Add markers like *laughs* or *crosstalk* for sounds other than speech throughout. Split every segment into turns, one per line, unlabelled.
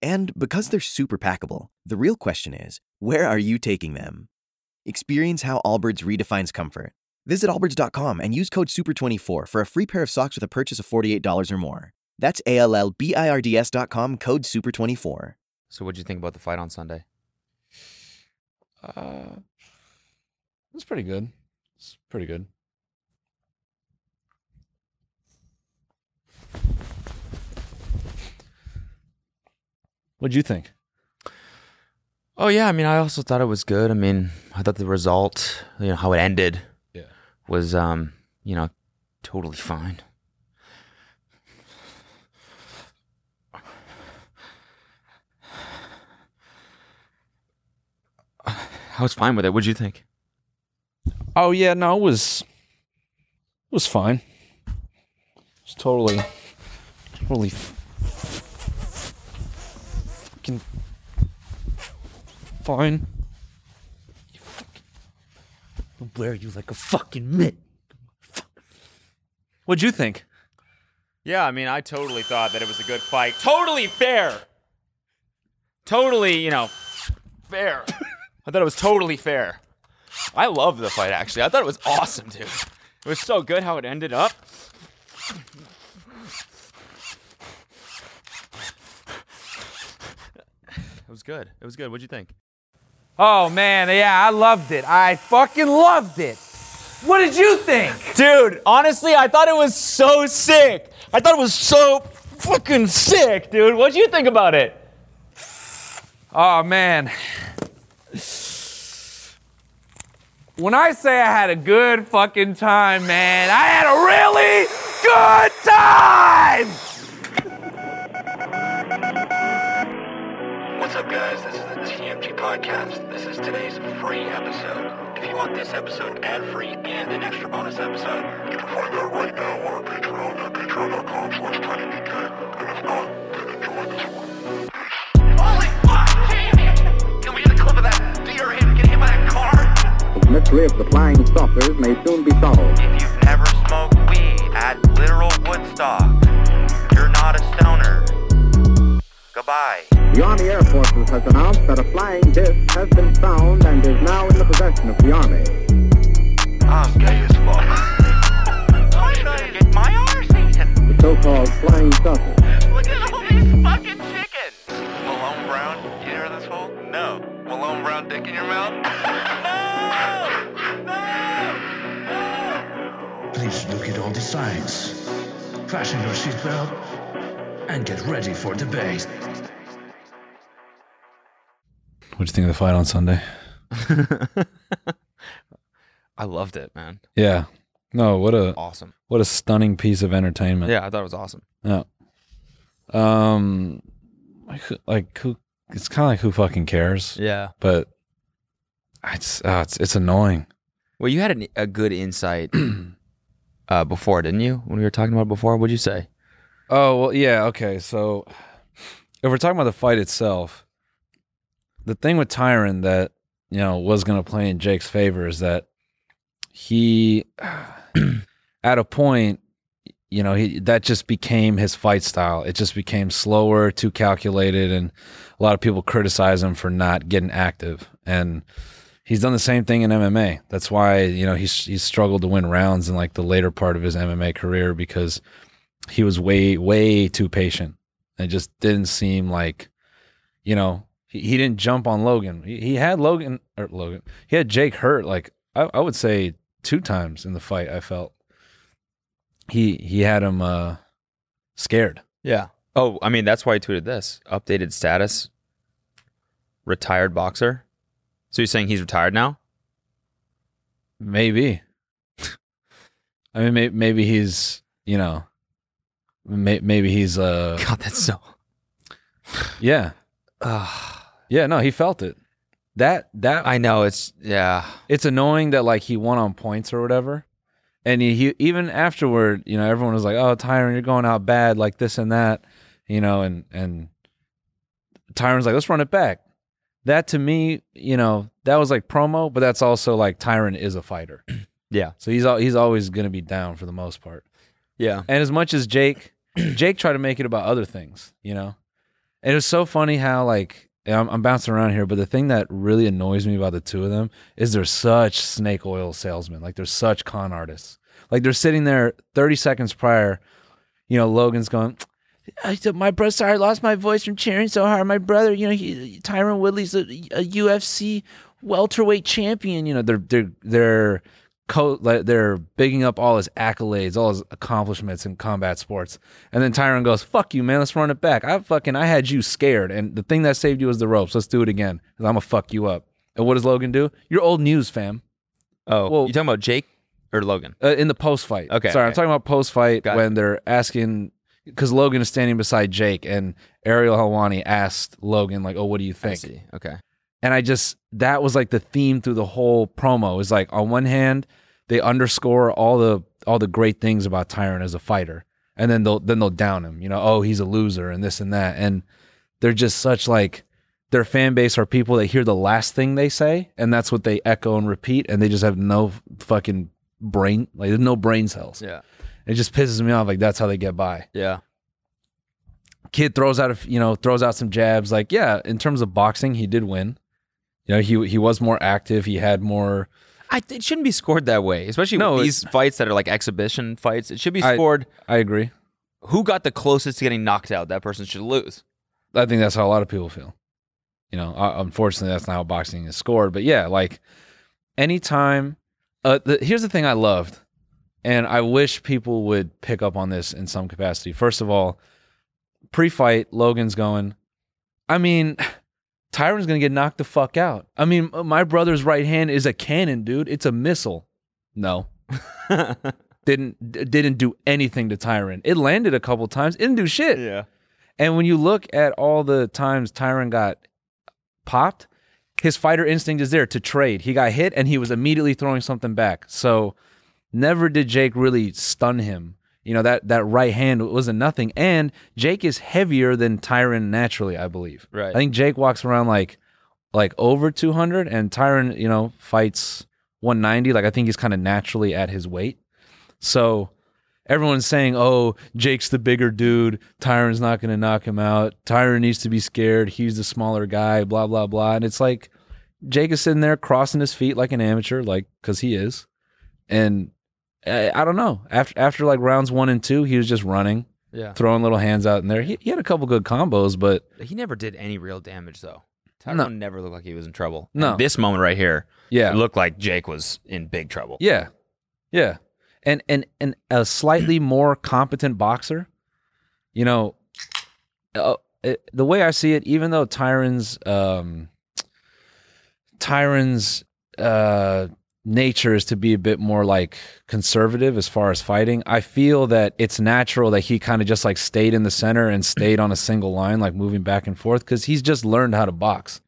And because they're super packable, the real question is where are you taking them? Experience how Allbirds redefines comfort. Visit allbirds.com and use code SUPER24 for a free pair of socks with a purchase of $48 or more. That's A L L B I R D S.com code SUPER24.
So, what'd you think about the fight on Sunday?
Uh, it's pretty good. It's pretty good. What'd you think?
Oh yeah, I mean, I also thought it was good. I mean, I thought the result, you know, how it ended,
Yeah.
was, um, you know, totally fine. *sighs* I was fine with it. What'd you think?
Oh yeah, no, it was it was fine. It's totally totally f- fucking fine. You fucking, I'll wear you like a fucking mitt. Fuck. What'd you think?
Yeah, I mean, I totally thought that it was a good fight. Totally fair. Totally, you know, fair. *laughs* I thought it was totally fair. I loved the fight, actually. I thought it was awesome, dude. It was so good how it ended up. It was good. It was good. What'd you think?
Oh man, yeah, I loved it. I fucking loved it. What did you think?
Dude, honestly, I thought it was so sick. I thought it was so fucking sick, dude. What'd you think about it?
Oh man. When I say I had a good fucking time, man, I had a really good time!
What's up, guys? This is the TMG Podcast. This is today's free episode. If you want this episode ad-free and an extra bonus episode, you can find that right now on our Patreon at patreon.com slash tinydk. And if not, then enjoy this one. Holy fuck, Jamie! Can we get a clip of that deer him getting hit by that car?
The mystery of the flying saucers may soon be solved.
If you've never smoked weed at literal Woodstock, you're not a stoner. Goodbye.
The Army Air Forces has announced that a flying disc has been found and is now in the possession of the Army.
I'm gay
*laughs*
as fuck.
I'm trying to get my R season.
The so-called flying saucer.
Look at all these fucking chickens. Malone Brown, you hear this hole? No. Malone Brown dick in your mouth? *laughs* no! No! No!
Please look at all the signs. Fasten your seatbelt and get ready for debate.
What'd you think of the fight on Sunday?
I loved it, man.
Yeah. No, what a
Awesome.
what a stunning piece of entertainment.
Yeah, I thought it was awesome.
Yeah. Um, like, who- like who? It's kind of like who fucking cares?
Yeah.
But it's uh, it's it's annoying.
Well, you had an, a good insight *clears throat* uh, before, didn't you? When we were talking about it before, what'd you say?
Oh well, yeah. Okay, so if we're talking about the fight itself, the thing with Tyron that you know was going to play in Jake's favor is that he, *clears throat* at a point, you know, he that just became his fight style. It just became slower, too calculated, and a lot of people criticize him for not getting active. And he's done the same thing in MMA. That's why you know he's he's struggled to win rounds in like the later part of his MMA career because he was way way too patient and just didn't seem like you know he, he didn't jump on logan he, he had logan or logan he had jake hurt like I, I would say two times in the fight i felt he he had him uh scared
Yeah. Oh, I mean, that's why I tweeted this updated status, retired boxer. So you're saying he's retired *laughs* now?
maybe *laughs* i mean may, maybe he's you know
*sighs*
may, maybe he's uh
God, that's so.
yeah Yeah, no, he felt it. That
*laughs*
that
I know it's yeah.
it's annoying that like he won on points or whatever. And he, he even afterward, you know, everyone was like, "Oh, Tyron, you're going out bad, like this and that," you know, and and Tyron's like, "Let's run it back." That to me, you know, that was like promo, but that's also like Tyron is a fighter.
Yeah.
So he's al- he's always going to be down for the most part.
Yeah.
And as much as Jake, *clears throat* Jake tried to make it about other things, you know? And it was so funny how, like, and I'm, I'm bouncing around here, but the thing that really annoys me about the two of them is they're such snake oil salesmen. Like, they're such con artists. Like, they're sitting there 30 seconds prior, you know, Logan's going, I said, my brother, sorry, I lost my voice from cheering so hard. My brother, you know, he, Tyron Woodley's a, a UFC welterweight champion. You know, they're, they're, they're, co- like, they're bigging up all his accolades, all his accomplishments in combat sports. And then Tyron goes, fuck you, man. Let's run it back. I fucking, I had you scared. And the thing that saved you was the ropes. Let's do it again. Cause I'm going to fuck you up. And what does Logan do? You're old news, fam.
Oh,
Well-
you talking about Jake or Logan?
Uh, in the post fight.
Okay,
Sorry, I'm
okay.
talking about post fight
Got it.
when they're asking because Logan is standing beside Jake and Ariel Helwani asked Logan like, "Oh, what do you
I
think?"
see. Okay.
And I just that was like the theme through the whole promo. Is like on one hand they underscore all the all the great things about Tyron as a fighter, and then they'll then they'll down him. You know, oh, he's a loser and this and that, and they're just such like their fan base are people that hear the last thing they say and that's what they echo and repeat and they just have no fucking brain like there's no brain cells
Yeah.
it just pisses me off. Like that's how they get by.
Yeah.
Kid throws out a you know throws out some jabs. Like yeah, in terms of boxing, he did win. You know he he was more active. He had more.
I, it shouldn't be scored that way, especially
No,
with
it-
these fights that are like exhibition fights. It should be
I-
scored
I agree.
who got the closest to getting knocked out. That person should lose.
I think that's how a lot of people feel. You know, uh, unfortunately, that's not how boxing is scored. But yeah, like anytime. Uh, the, here's the thing I loved, and I wish people would pick up on this in some capacity. First of all, pre-fight, Logan's going. I mean, *sighs* Tyron's gonna get knocked the fuck out. I mean, my brother's right hand is a cannon, dude. It's a missile. No, didn't d- didn't do anything to Tyron. It landed a couple times. Didn't do shit.
Yeah.
And when you look at all the times Tyron got popped, his fighter instinct is there to trade. He got hit and he was immediately throwing something back. So never did Jake really stun him. You know, that that right hand wasn't nothing. And Jake is heavier than Tyron naturally, I believe.
Right.
I think Jake walks around like like over 200 and Tyron, you know, fights 190. Like I think he's kind of naturally at his weight. So everyone's saying, "Oh, Jake's the bigger dude. Tyron's not going to knock him out. Tyron needs to be scared. He's the smaller guy. Blah blah blah." And it's like Jake is sitting there crossing his feet like an amateur, like because he is. And I, I don't know. After after like rounds one and two, he was just running,
Yeah.
throwing little hands out in there. He, he had a couple good combos, but
He never did any real damage though. Tyrone
No.
never looked like he was in trouble.
No.
And this moment right here,
yeah,
it looked like Jake was in big trouble.
Yeah. Yeah. And and and a slightly more competent boxer, you know, uh, it, the way I see it, even though Tyron's um Tyron's uh nature is to be a bit more like conservative as far as fighting. I feel that it's natural that he kind of just like stayed in the center and stayed on a single line like moving back and forth cuz he's just learned how to box.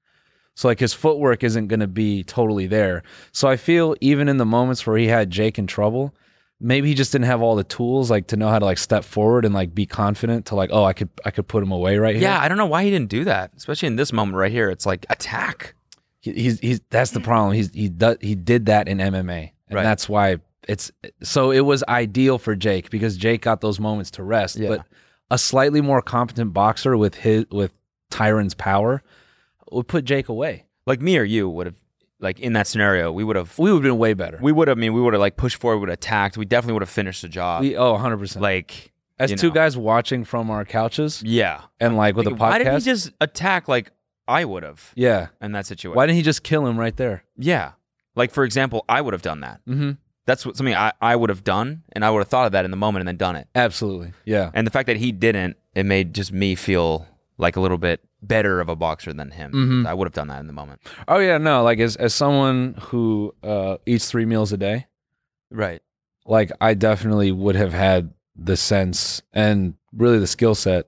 So like his footwork isn't going to be totally there. So I feel even in the moments where he had Jake in trouble, maybe he just didn't have all the tools like to know how to like step forward and like be confident to like, oh, I could I could put him away right here.
Yeah, I don't know why he didn't do that, especially in this moment right here. It's like attack.
He- he's he's that's the problem. He's he does he did that in MMA, and
Right.
that's why it's so it was ideal for Jake because Jake got those moments to rest.
Yeah.
But a slightly more competent boxer with his with Tyron's power would put Jake away.
Like me or you would have, like in that scenario, we would have,
We would have been way better.
we would have. I mean, we would have like pushed forward, would have attacked. We definitely would have finished the job.
We- oh, 100 percent.
like
as
you
two
know.
guys watching from our couches
yeah,
and like with a
Like,
podcast.
why didn't he just attack like I would have
yeah.
in that situation?
Why didn't he just kill him right there?
yeah, like for example, I would have done that.
Mm-hmm.
That's what, something I, I would have done, and I would have thought of that in the moment and then done it.
Absolutely. Yeah.
And the fact that he didn't, it made just me feel like a little bit better of a boxer than him.
Mhm.
I would have done that in the moment.
Oh yeah. No. Like as as someone who uh, eats three meals a day,
Right.
like I definitely would have had the sense and really the skill set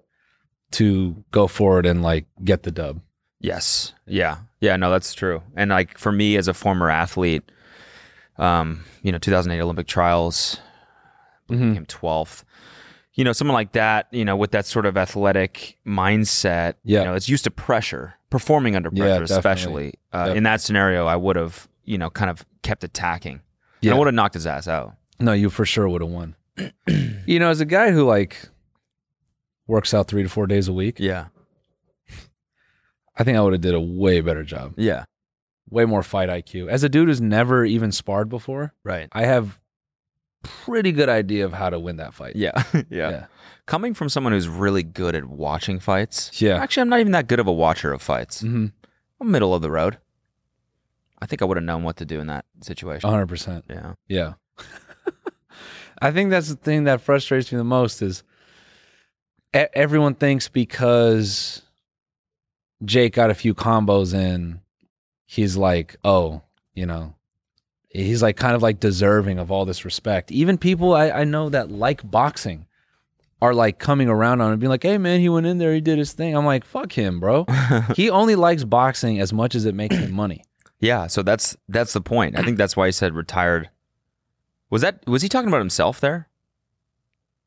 to go forward and like get the dub.
Yes. Yeah. Yeah. No, that's true. And like for me as a former athlete, um, you know, 2008 Olympic trials,
Mm.
I came 12th. You know, someone like that, you know, with that sort of athletic mindset,
Yeah.
you know, it's used to pressure, performing under
Yeah,
pressure,
definitely.
especially. Uh, in that scenario, I would have, you know, kind of kept attacking. Yeah.
Yeah.
I would have knocked his ass out.
No, you for sure would have won. you know, as a guy who like works out three to four days a week,
Yeah.
I think I would have did a way better job,
Yeah.
way more fight IQ. As a dude who's never even sparred before,
Right.
I have pretty good idea of how to win that fight. *laughs*
Yeah. yeah. Coming from someone who's really good at watching fights.
Yeah.
Actually, I'm not even that good of a watcher of fights.
Mhm.
I'm middle of the road. I think I would have known what to do in that situation.
A hundred percent.
yeah.
Yeah. *laughs* I think that's the thing that frustrates me the most is e- everyone thinks because Jake got a few combos in, he's like, oh, you know, he's like kind of like deserving of all this respect. Even people I, I know that like boxing are like coming around on it, being like, hey man, he went in there, he did his thing. I'm like, fuck
*laughs*
him, bro. he only likes boxing as much as it makes him money.
Yeah. So that's that's the point. I think that's why he said retired. Was that was he talking about himself there?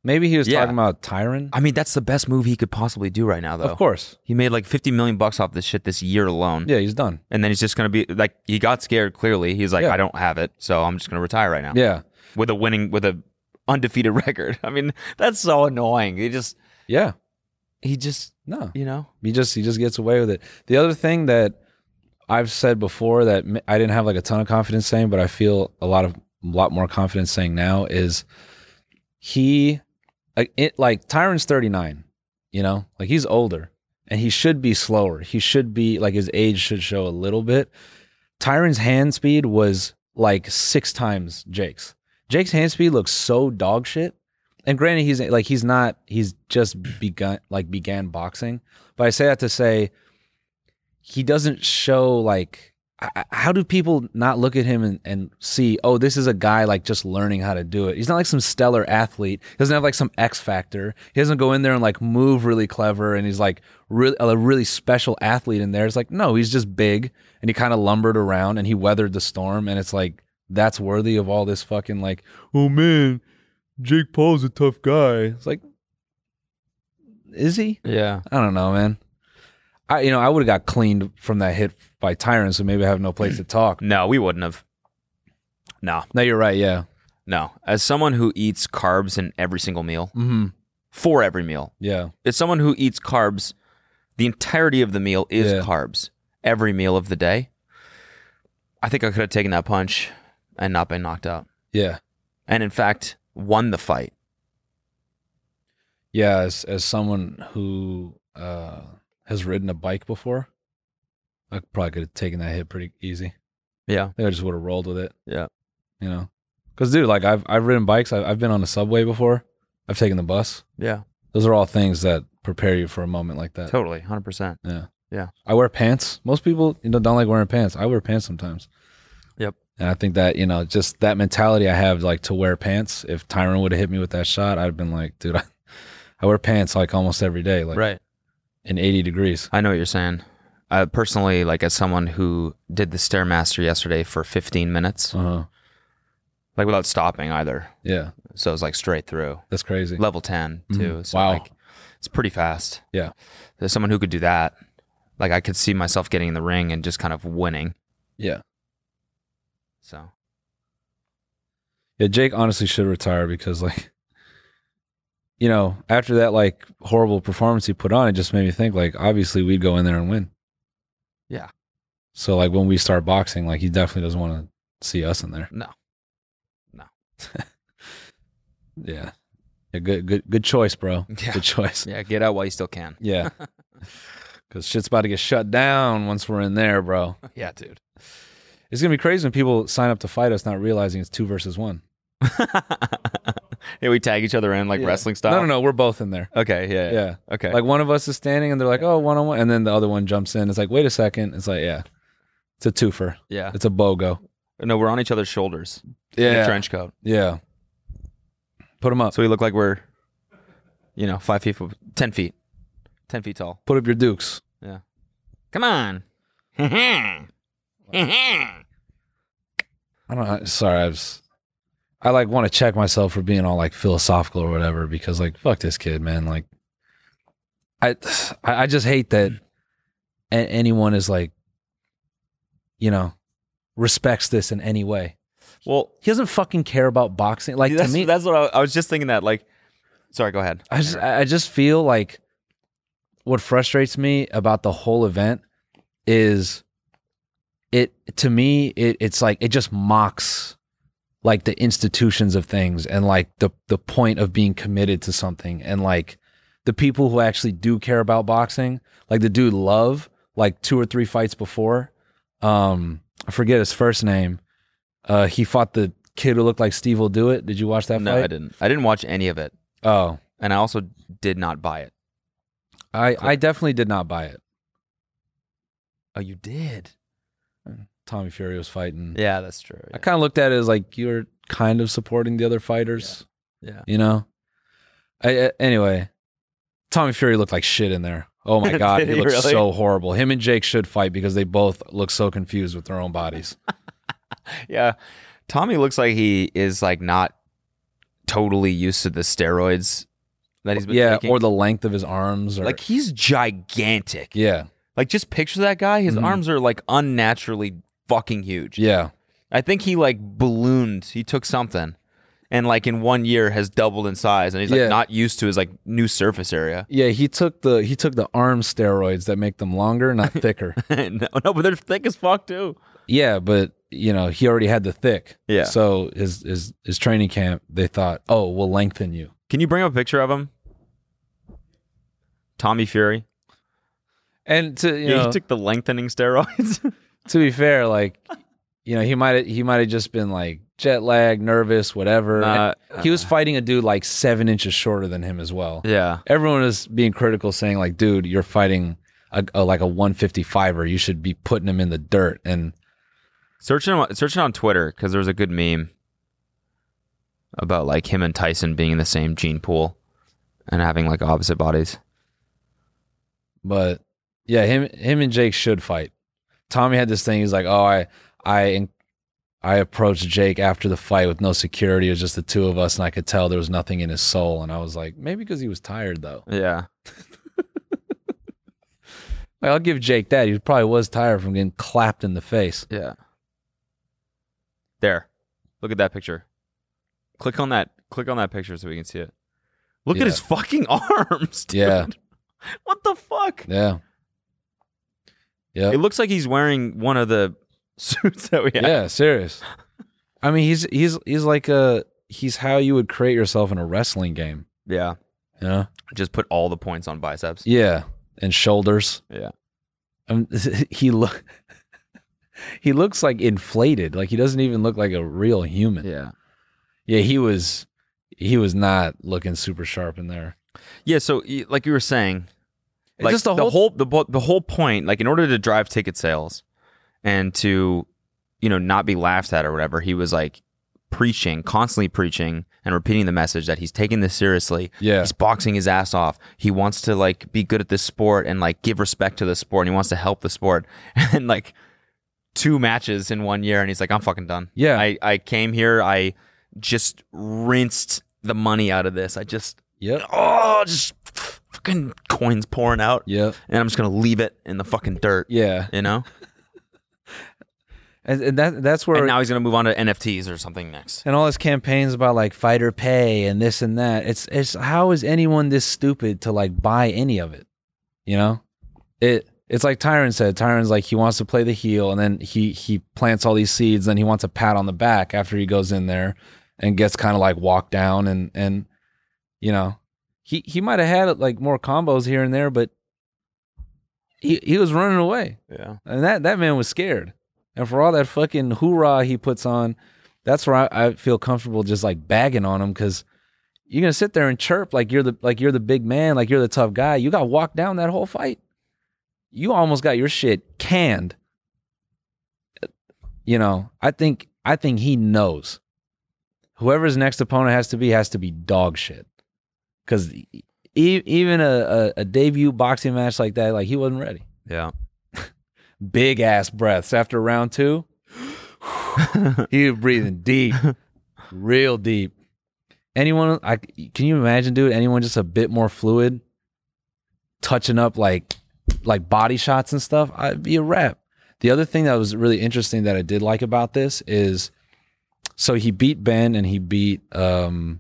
Maybe he was
Yeah.
talking about Tyron.
I Mm. mean, that's the best move he could possibly do right now, though.
Of course.
He made like 50 million bucks off this shit this year alone.
Yeah, he's done.
And then he's just going to be like, he got scared clearly. He's like,
Yeah.
I don't have it. So I'm just going to retire right now.
Yeah.
With a winning, with a undefeated *laughs* record. I mean, that's so annoying. He just,
Yeah.
he just,
No.
you know,
He just he just gets away with it. The other thing that I've said before that m- I didn't have like a ton of confidence saying, but I feel a lot of lot more confidence saying now is he like, it like Tyron's 39, you know? Like he's older and he should be slower. He should be like his age should show a little bit. Tyron's hand speed was like 6 times Jake's. Jake's hand speed looks so dog shit. And granted he's like he's not he's just begun like began boxing but I say that to say he doesn't show like I- I- how do people not look at him and, and see oh this is a guy like just learning how to do it he's not like some stellar athlete he doesn't have like some x factor he doesn't go in there and like move really clever and he's like really a really special athlete in there it's like no he's just big and he kind of lumbered around and he weathered the storm and it's like that's worthy of all this fucking like oh man jake paul's a tough guy it's like is he
yeah.
I don't know, man. I you know I would have got cleaned from that hit by Tyron, so maybe I have no place to talk.
No, we wouldn't have. No,
*clears throat* No, you're right. Yeah.
no. As someone who eats carbs in every single meal,
Mm-hmm.
for every meal,
Yeah.
as someone who eats carbs, the entirety of the meal is
Yeah.
carbs. Every meal of the day. I think I could have taken that punch and not been knocked out.
Yeah.
And in fact, won the fight.
Yeah. As as someone who uh has ridden a bike before, I probably could have taken that hit pretty easy.
Yeah.
I think I just would have rolled with it.
Yeah.
You know, because dude, like I've I've ridden bikes. I've, I've been on the subway before. I've taken the bus.
Yeah.
Those are all things that prepare you for a moment like that.
Totally. 100%.
Yeah.
Yeah.
I wear pants. Most people, you know, don't like wearing pants. I wear pants sometimes.
Yep.
And I think that, you know, just that mentality I have like to wear pants. If Tyron would have hit me with that shot, I'd have been like, dude, *laughs* I, I wear pants like almost every day, like
Right.
in 80 degrees.
I know what you're saying. Uh, personally, like as someone who did the Stairmaster yesterday for 15 minutes,
Uh-huh.
like without stopping either.
Yeah.
So it was like straight through.
That's crazy.
level 10 too.
Mhm.
So
Wow.
like it's pretty fast.
Yeah.
There's someone who could do that. Like I could see myself getting in the ring and just kind of winning.
Yeah.
So
Yeah. Jake honestly should retire because, like, *laughs* you know, after that, like, horrible performance he put on, it just made me think, like, obviously we'd go in there and win.
Yeah.
So, like, when we start boxing, like, he definitely doesn't want to see us in there.
no.
*laughs* Yeah. Yeah, good good good choice, bro.
*laughs* Yeah.
Good choice.
Yeah, get out while you still can.
Yeah. Cause shit's about to get shut down once we're in
*laughs*
there, bro.
*laughs* Yeah, dude.
It's gonna be crazy when people sign up to fight us not realizing it's two versus one.
yeah, we tag each other in like
Yeah.
wrestling style.
No no no, we're both in there.
Okay, yeah.
Yeah.
Okay.
Like one of us is standing and they're like, oh, one on one and then the other one jumps in. It's like, wait a second. It's like, yeah. It's a twofer.
yeah.
It's a BOGO.
No, we're on each other's shoulders. In a
Yeah.
trench coat.
Yeah. Put them up.
So we look like we're you know, five feet from- ten feet. Ten feet tall.
Put up your dukes.
Yeah. Come on.
Hmm.
I don't know. Sorry, I was. I like want to check myself for being all like philosophical or whatever because like fuck this kid, man. Like, I I I just hate that a- anyone is like, you know, respects this in any way.
well,
He doesn't fucking care about boxing. Like to
that's,
me,
that's what I, I was just thinking. That like, sorry, go ahead.
I just I I just feel like what frustrates me about the whole event is it to me it it's like it just mocks like the institutions of things and like the the point of being committed to something and like the people who actually do care about boxing like the dude love like two or three fights before um I forget his first name uh he fought the kid who looked like Steve will do it did you watch that
no,
fight
I didn't. I didn't watch any of it,
oh
and I also did not buy it.
I, I definitely did not buy it.
Oh, you did?
Mm. Tommy Fury was fighting.
Yeah, that's true.
I kind of looked at it as like you're kind of supporting the other fighters.
Yeah. Yeah.
You know? I, I- anyway, Tommy Fury looked like shit in there. Oh my
*laughs*
God.
Did
he
he
looked
really?
so horrible. Him and Jake should fight because they both look so confused with their own bodies.
yeah. Tommy looks like he is like not totally used to the steroids that *laughs* he's been
yeah.
taking.
Or the length of his arms. Or,
like he's gigantic.
yeah.
Like just picture that guy. His
Mhm.
arms are like unnaturally fucking huge.
Yeah.
I think he like ballooned. He took something, and like in one year has doubled in size, and he's like
Yeah.
not used to his like new surface area.
Yeah. He took the, he took the arm steroids that make them
*laughs*
longer, not thicker.
no, no, but they're thick as fuck too.
Yeah, but you know, he already had the thick.
Yeah.
So his his his training camp, they thought, oh, we'll lengthen you.
Can you bring up a picture of him? Tommy Fury.
And to you
Yeah,
know,
he took the lengthening steroids. *laughs*
to be fair, like you know, he might he might have just been like jet lag, nervous, whatever.
Uh,
And he was fighting a dude like seven inches shorter than him as well.
yeah.
Everyone is being critical, saying like, dude, you're fighting a, a like a 155er. You should be putting him in the dirt. And
Search him. Search it on Twitter because there was a good meme about like him and Tyson being in the same gene pool and having like opposite bodies.
But yeah, him him and Jake should fight. Tommy had this thing. He's like, oh, I I I approached Jake after the fight with no security. It was just the two of us, and I could tell there was nothing in his soul. And I was like, maybe because he was tired though.
Yeah.
Like, I'll give Jake that. He probably was tired from getting clapped in the face.
Yeah. There. Look at that picture. Click on that. Click on that picture so we can see it. Look
Yeah.
at his fucking *laughs* arms. Dude.
Yeah.
What the fuck?
Yeah. Yeah.
It looks like he's wearing one of the *laughs* suits that we
yeah,
have.
serious. I mean, he's he's he's like a he's how you would create yourself in a wrestling game.
Yeah.
You know?
Just put all the points on biceps.
Yeah, and shoulders.
Yeah.
Um, *laughs* he look. He looks like inflated. Like he doesn't even look like a real human.
Yeah.
Yeah, he was. He was not looking super sharp in there.
Yeah. So, y- like you were saying,
It's
like
just the whole-
the, bo- the whole point, like in order to drive ticket sales and to, you know, not be laughed at or whatever, he was like preaching, constantly preaching and repeating the message that he's taking this seriously. *laughs*
Yeah.
He's boxing his ass off. He wants to like be good at this sport and like give respect to the sport and he wants to help the sport. *laughs* And like two matches in one year and he's like, I'm fucking done.
Yeah.
I, I came here, I just rinsed the money out of this. I just
Yep.
oh, just fucking coins pouring out,
Yep.
and I'm just gonna leave it in the fucking dirt.
Yeah.
You know,
And, and that that's where
and now he's gonna move on to NFTs or something next.
and all his campaigns about like fighter pay and this and that. It's it's how is anyone this stupid to like buy any of it? You know? It it's like Tyron said. Tyron's like he wants to play the heel and then he he plants all these seeds, then he wants a pat on the back after he goes in there and gets kind of like walked down and and you know, he he might have had like more combos here and there, but he he was running away.
Yeah,
And that that man was scared. And for all that fucking hoorah he puts on, that's where I, I feel comfortable just like bagging on him because you're gonna sit there and chirp like you're the like you're the big man, like you're the tough guy. You got walked down that whole fight. You almost got your shit canned. You know, I think I think he knows. Whoever's next opponent has to be has to be dog shit. Cause e- even a, a, a debut boxing match like that, like he wasn't ready.
yeah.
big ass breaths. After round two, he was breathing deep, real deep. Anyone, I, can you imagine, dude? Anyone just a bit more fluid, touching up like like body shots and stuff? I'd be a rep. The other thing that was really interesting that I did like about this is, so he beat Ben and he beat um,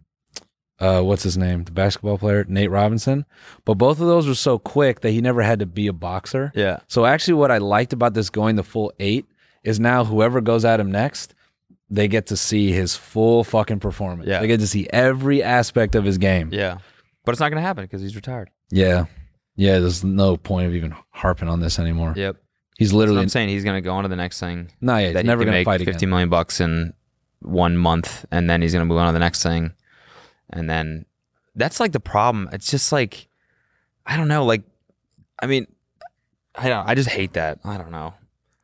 uh, what's his name, the basketball player Nate Robinson, but both of those were so quick that he never had to be a boxer.
Yeah.
So actually, what I liked about this going the full eight is now whoever goes at him next, they get to see his full fucking performance.
Yeah.
They get to see every aspect of his game.
Yeah. But it's not going to happen because he's retired.
Yeah. Yeah, There's no point of even harping on this anymore.
Yep.
He's
That's what
literally
I'm saying. He's going to go on to the next thing.
no. Yeah,
that
he's never
he can
gonna
make
fight
fifty
again.
million bucks in one month, and then he's gonna move on to the next thing, and then that's like the problem. It's just like I don't know. Like I mean, I don't. I just hate that. I don't know.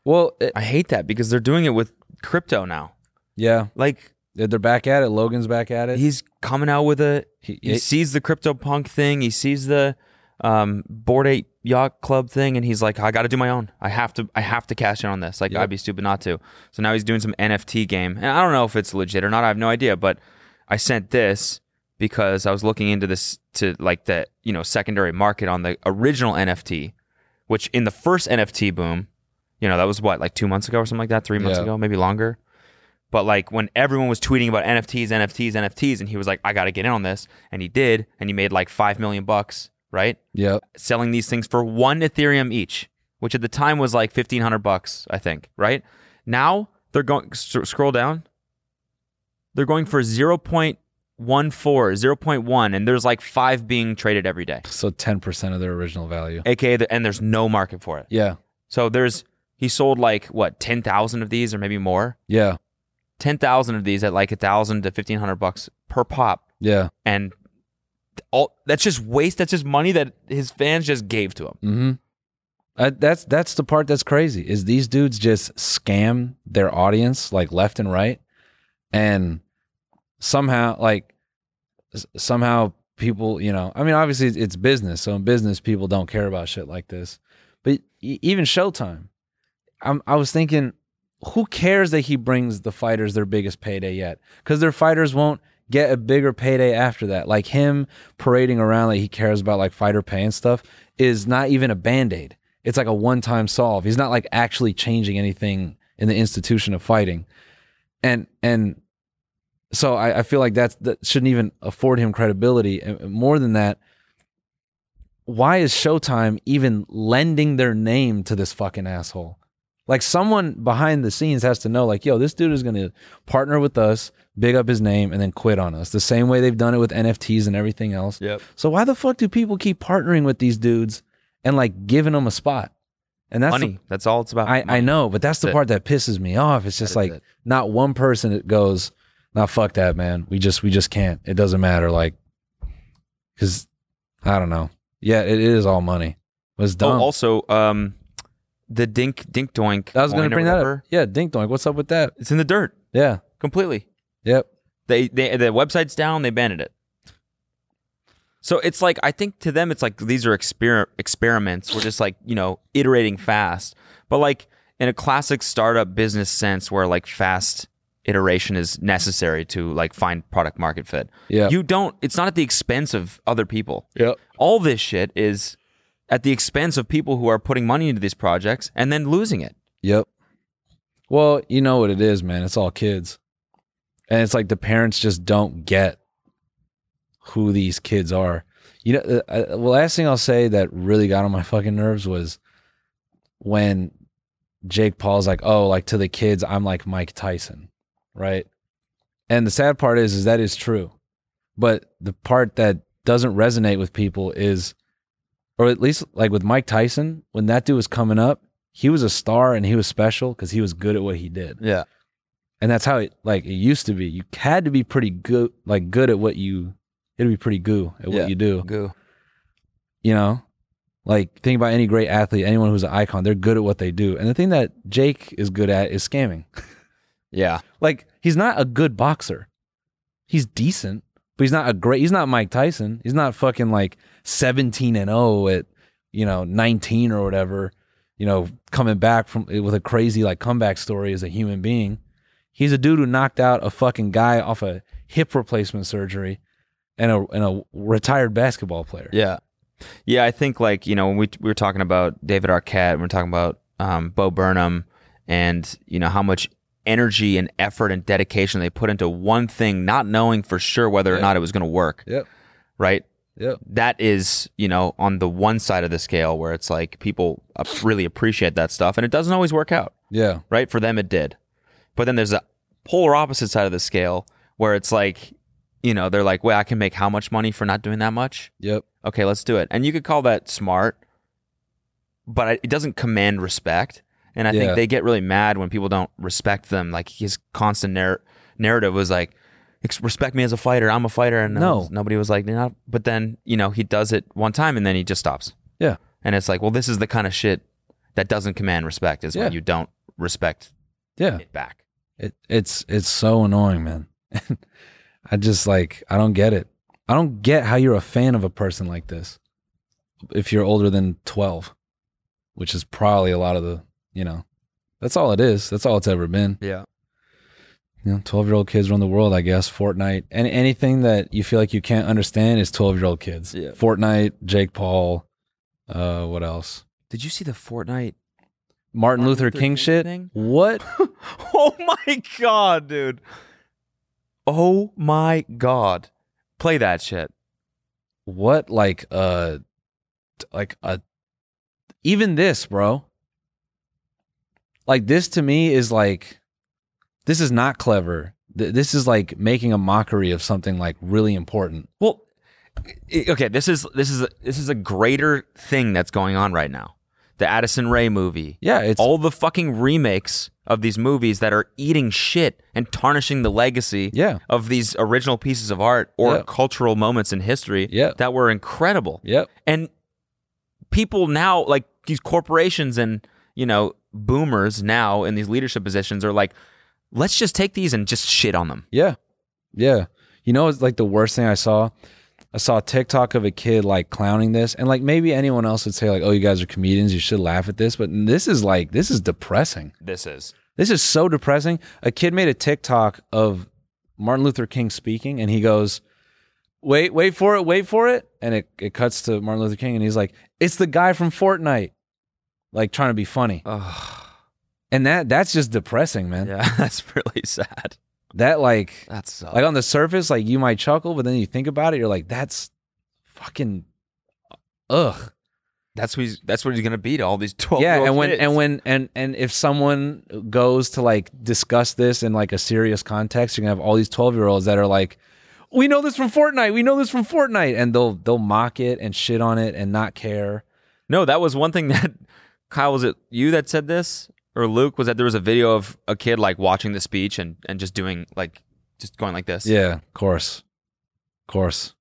Well, it,
I hate that because they're doing it with crypto now.
yeah,
Like
they're they're back at it. Logan's back at it.
he's coming out with a
He-
he
it-
sees the crypto punk thing. He sees the um board eight yacht club thing and he's like i gotta do my own i have to i have to cash in on this like
Yep.
i'd be stupid not to so now he's doing some nft game and i don't know if it's legit or not i have no idea but i sent this because i was looking into this to like the you know secondary market on the original nft which in the first nft boom you know that was what like two months ago or something like that three months
Yeah.
ago maybe longer but like when everyone was tweeting about NFTs, NFTs, NFTs, and he was like, I gotta get in on this. And he did, and he made like five million bucks, right?
yep.
Selling these things for one Ethereum each, which at the time was like fifteen hundred bucks, I think, right? Now they're going s- scroll down. They're going for 0.14, 0.1, and there's like five being traded every day.
So ten percent of their original value.
AKA the, and there's no market for it.
Yeah.
So there's he sold like what, ten thousand of these or maybe more?
Yeah.
ten thousand of these at like a thousand to fifteen hundred bucks per pop,
Yeah.
and all that's just waste. That's just money that his fans just gave to him.
Mm-hmm. Uh, that's that's the part that's crazy is these dudes just scam their audience like left and right, and somehow like s- somehow people you know I mean obviously it's- it's business so in business people don't care about shit like this, but e- even Showtime, I'm I was thinking who cares that he brings the fighters their biggest payday yet because their fighters won't get a bigger payday after that like him parading around like he cares about like fighter pay and stuff is not even a band-aid it's like a one-time solve he's not like actually changing anything in the institution of fighting and and so i, I feel like that's that shouldn't even afford him credibility and more than that why is showtime even lending their name to this fucking asshole like someone behind the scenes has to know, like, yo, this dude is gonna partner with us, big up his name, and then quit on us. The same way they've done it with NFTs and everything else.
Yep.
So why the fuck do people keep partnering with these dudes and like giving them a spot? And that's
money.
the-
that's all it's about.
I, I know, but that's the
That's it.
part that pisses me off. It's just
That
like
is it.
not one person that goes, "Nah, fuck that, man. We just we just can't. It doesn't matter." Like, because I don't know. Yeah, it is all money. It was
Oh,
dumb.
also, um, the dink dink doink.
I was gonna
coin or
bring that
whatever,
up. Yeah, Dink Doink. What's up with that?
It's in the dirt
Yeah.
completely.
Yep.
They they the website's down. They banned it. So it's like I think to them it's like these are exper- experiments. We're just like you know iterating fast, but like in a classic startup business sense where like fast iteration is necessary to like find product market fit.
Yeah.
You don't. It's not at the expense of other people.
Yep.
All this shit is at the expense of people who are putting money into these projects and then losing it.
Yep. Well, you know what it is, man. It's all kids. And it's like the parents just don't get who these kids are. You know, uh, uh, the last thing I'll say that really got on my *laughs* fucking nerves was when Jake Paul's like, "Oh, like to the kids, I'm like Mike Tyson." Right? And the sad part is is that is true. But the part that doesn't resonate with people is or at least like with Mike Tyson, when that dude was coming up, he was a star and he was special because he was good at what he did.
Yeah.
And that's how it like it used to be. You had to be pretty good, like good at what you. It'd be pretty goo at
Yeah.
what you do.
Goo.
You know, like think about any great athlete, anyone who's an icon. They're good at what they do. And the thing that Jake is good at is scamming.
Yeah.
Like he's not a good boxer. He's decent, but he's not a great. He's not Mike Tyson. oh He's not fucking like seventeen and zero at you know nineteen or whatever, you know, coming back from with a crazy like comeback story as a human being. He's a dude who knocked out a fucking guy off a hip replacement surgery and a and a retired basketball player.
Yeah. Yeah, I think like, you know, when we, we were talking about David Arquette, and we are talking about um, Bo Burnham and, you know, how much energy and effort and dedication they put into one thing, not knowing for sure whether or not it was going to work.
Yep.
Right.
Yep.
That is, you know, on the one side of the scale where it's like people ap- really appreciate that stuff and it doesn't always work out.
Yeah.
Right. For them, it did. But then there's a polar opposite side of the scale where it's like, you know, they're like, well, I can make how much money for not doing that much?
Yep.
okay, let's do it. And you could call that smart, but I- it doesn't command respect. And I
Yeah.
think they get really mad when people don't respect them. Like his constant narr- narrative was like, "Ex- respect me as a fighter. I'm a fighter. And
No.
uh, nobody was like, no. But then, you know, he does it one time and then he just stops.
Yeah.
And it's like, well, this is the kind of shit that doesn't command respect is
Yeah.
when you don't respect
Yeah.
it back.
It it's it's so annoying, man. *laughs* I just like I don't get it. I don't get how you're a fan of a person like this if you're older than 12, which is probably a lot of the, you know. That's all it is. That's all it's ever been.
Yeah.
You know, 12-year-old kids run the world, I guess. Fortnite and anything that you feel like you can't understand is 12-year-old kids.
Yeah.
Fortnite, Jake Paul, uh what else?
Did you see the Fortnite? Martin
Martin, Luther,
Luther
King,
King
shit?
thing?
What?
*laughs* oh my god, dude. Oh my god. Play that shit.
what like uh t- like a even this bro like this to me is like this is not clever Th- this is like making a mockery of something like really important
Well, i- okay, this is this is a, this is a greater thing that's going on right now. The Addison Ray movie.
yeah it's
All the fucking remakes of these movies that are eating shit and tarnishing the legacy
Yeah.
of these original pieces of art or
Yeah.
cultural moments in history
Yeah.
that were incredible.
yep
and people now like these corporations and you know boomers now in these leadership positions are like let's just take these and just shit on them
Yeah. Yeah. You know, it's like the worst thing I saw. I saw a TikTok of a kid like clowning this, and like maybe anyone else would say, like, oh, you guys are comedians, you should laugh at this. But this is like, this is depressing.
this is
This is so depressing. A kid made a TikTok of Martin Luther King speaking, and he goes, Wait, wait for it, wait for it. And it, it cuts to Martin Luther King, and he's like, It's the guy from Fortnite, like trying to be funny. And that that's just depressing, man.
yeah *laughs* that's really sad
That like
that sucks
like on the surface, like you might chuckle, but then you think about it, you're like, that's fucking ugh.
that's what he's that's what he's gonna be to all these *laughs* 12
Yeah, and when and when and and if someone goes to like discuss this in like a serious context, you're gonna have all these twelve year olds that are like, We know this from Fortnite, we know this from Fortnite, and they'll they'll mock it and shit on it and not care.
no that was one thing *laughs* that kyle was it you that said this or luke was that there was a video of a kid like watching the speech and and just doing like just going like this
Yeah, of course. Of course.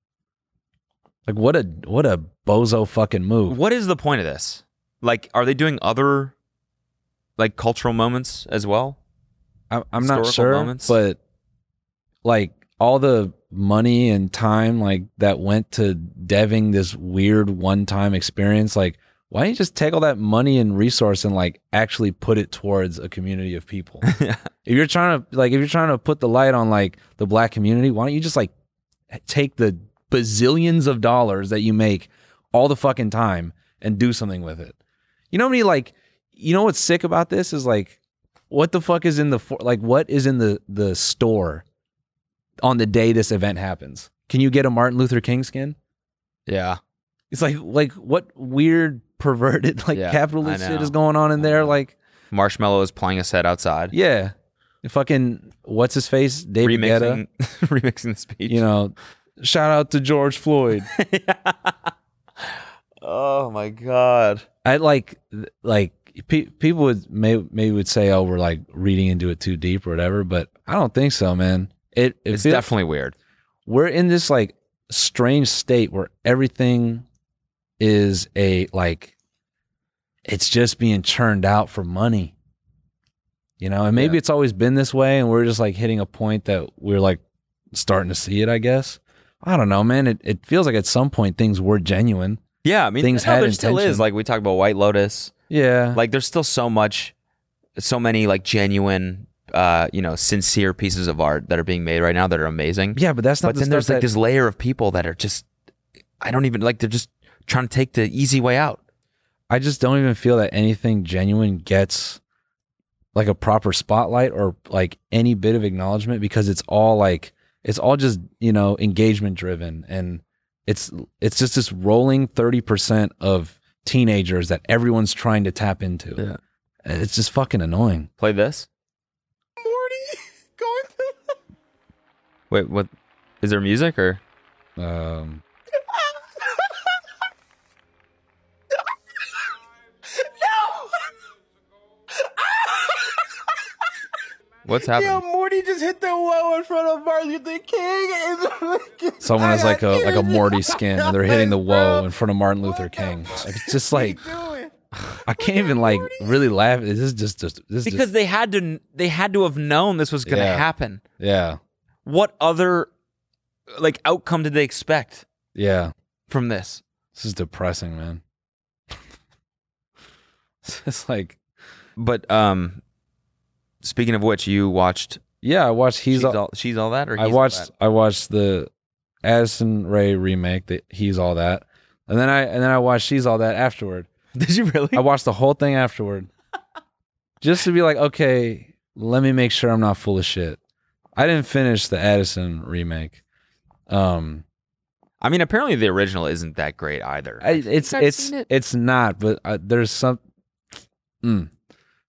Like what a what a bozo fucking move.
What is the point of this? Like, are they doing other like cultural moments as well?
I'm, I'm not
historical
sure,
moments?
but like all the money and time like that went to deving this weird one-time experience, like why don't you just take all that money and resource and like actually put it towards a community of people?
*laughs* Yeah.
If you're trying to like if you're trying to put the light on like the black community, why don't you just like take the bazillions of dollars that you make all the fucking time and do something with it? You know what I mean? Like, you know what's sick about this is like, what the fuck is in the for- like what is in the the store on the day this event happens? Can you get a Martin Luther King skin?
Yeah.
It's like like what weird *laughs* perverted like
Yeah,
capitalist
I
shit
know.
is going on in
I
there?
know.
Like,
Marshmallow is playing a set outside.
yeah, fucking what's his face? David Guetta.
remixing *laughs* remixing the speech.
You know, shout out to George
*laughs*
Floyd.
Oh my god.
I like th- like pe- people would may- maybe would say, oh, we're like reading into it too deep or whatever, but I don't think so, man. It, it
It's
feels-
definitely weird.
we're in this like strange state where everything is a like it's just being churned out for money. You know, and maybe
Yeah.
it's always been this way and we're just like hitting a point that we're like starting to see it, I guess. I don't know, man. It it feels like at some point things were genuine.
Yeah, I mean
Things
no,
had
there still
intention.
is. Like we talked about White Lotus.
Yeah.
Like there's still so much, so many like genuine, uh, you know, sincere pieces of art that are being made right now that are amazing.
yeah, but that's not.
but
the
then there's
stuff
like
that-
this layer of people that are just, I don't even like. They're just trying to take the easy way out.
I just don't even feel that anything genuine gets like a proper spotlight or like any bit of acknowledgement because it's all like it's all just you know engagement driven and it's it's just this rolling 30% of teenagers that everyone's trying to tap into
Yeah.
And it's just fucking annoying
Play this. Morty going. Wait, what? Is there music or?
um
What's happening?
Morty just hit the low in front of Martin Luther King.
someone has like a like a morty skin and they're hitting the whoa in front of martin luther king like, it's just like *sighs* i can't even like really laugh this is just just this is just-
Because they had to, they had to have known this was going to
Yeah.
happen.
yeah
What other, like, outcome did they expect
yeah
from this?
This is depressing, man. *laughs* it's like,
But um, speaking of which, you watched.
yeah, I watched. He's,
she's
all.
all, she's all that, or
I
He's All
watched.
That?
I watched the Addison Ray remake. That he's all that, and then I and then I watched. She's all that afterward.
Did you really? *laughs*
I watched the whole thing afterward, just to be like, okay, let me make sure I'm not full of shit. I didn't finish the Addison remake. Um,
I mean, apparently the original isn't that great either.
I, it's
I've
it's
seen it.
it's not, but uh, there's some. Mm.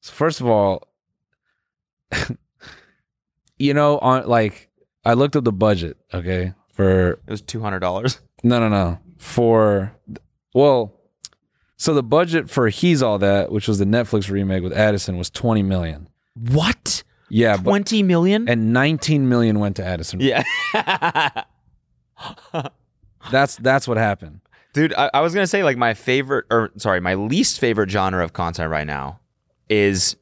So first of all, *laughs* you know, on like I looked up the budget. Okay, for
it was two hundred dollars.
no, no, no, for well, so the budget for He's All That, which was the Netflix remake with Addison, was twenty million.
What?
Yeah, but,
Twenty million?
and nineteen million went to Addison.
Yeah,
that's that's what happened.
dude. I, I was gonna say like my favorite, or sorry, my least favorite genre of content right now is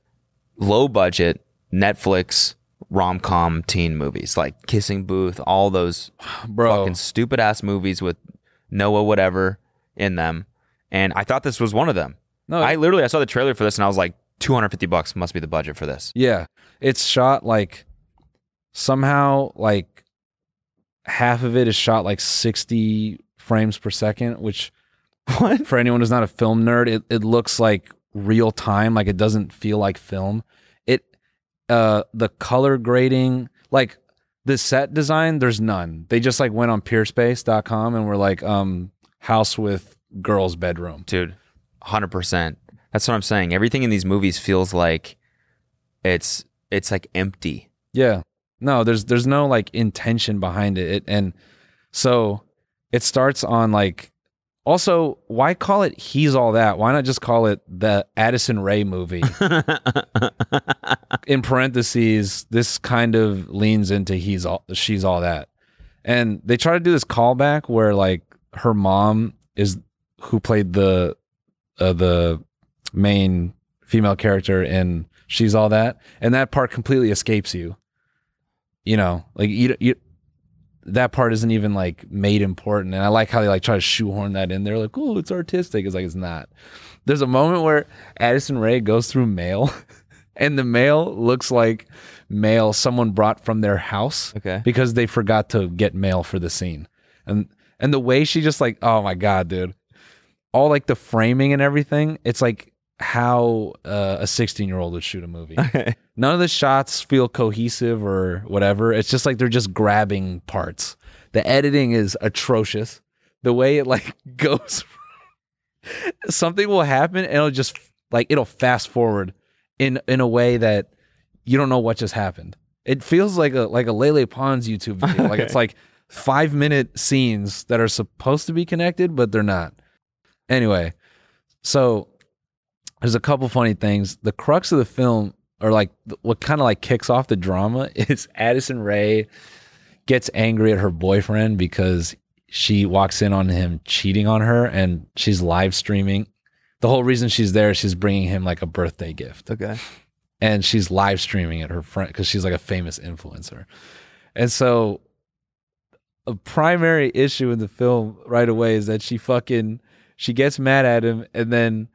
low budget Netflix rom com teen movies like Kissing Booth, all those
Bro,
fucking stupid ass movies with Noah whatever in them. And I thought this was one of them.
no,
I literally I saw the trailer for this and I was like, 250 bucks must be the budget for this.
Yeah. It's shot like somehow like half of it is shot like 60 frames per second, which
What?
for anyone who's not a film nerd, it, it looks like real time, like it doesn't feel like film. It uh the color grading, like the set design, there's none. They just like went on peerspace.com and were like, um, house with girls bedroom.
Dude, 100%. That's what I'm saying. Everything in these movies feels like it's it's like empty.
Yeah. No, there's there's no like intention behind it. it. And so it starts on like also why call it he's all that? Why not just call it the Addison Ray movie? In parentheses, this kind of leans into he's all she's all that. And they try to do this callback where like her mom is who played the uh, the main female character in she's all that and that part completely escapes you you know like you, you that part isn't even like made important and i like how they like try to shoehorn that in there like oh it's artistic it's like it's not there's a moment where addison ray goes through mail *laughs* and the mail looks like mail someone brought from their house
Okay.
because they forgot to get mail for the scene and and the way she just like oh my god dude all like the framing and everything it's like how uh, a 16 year old would shoot a movie none of the shots feel cohesive or whatever it's just like they're just grabbing parts the editing is atrocious the way it like *laughs* goes something will happen and it'll just like it'll fast forward in in a way that you don't know what just happened it feels like a like a lele pons youtube video like it's like five minute scenes that are supposed to be connected but they're not anyway so there's a couple funny things the crux of the film or like th- what kind of like kicks off the drama *laughs* is addison ray gets angry at her boyfriend because she walks in on him cheating on her and she's live streaming the whole reason she's there she's bringing him like a birthday gift
Okay.
and she's live streaming at her friend because she's like a famous influencer. And so, a primary issue in the film right away is that she fucking she gets mad at him, and then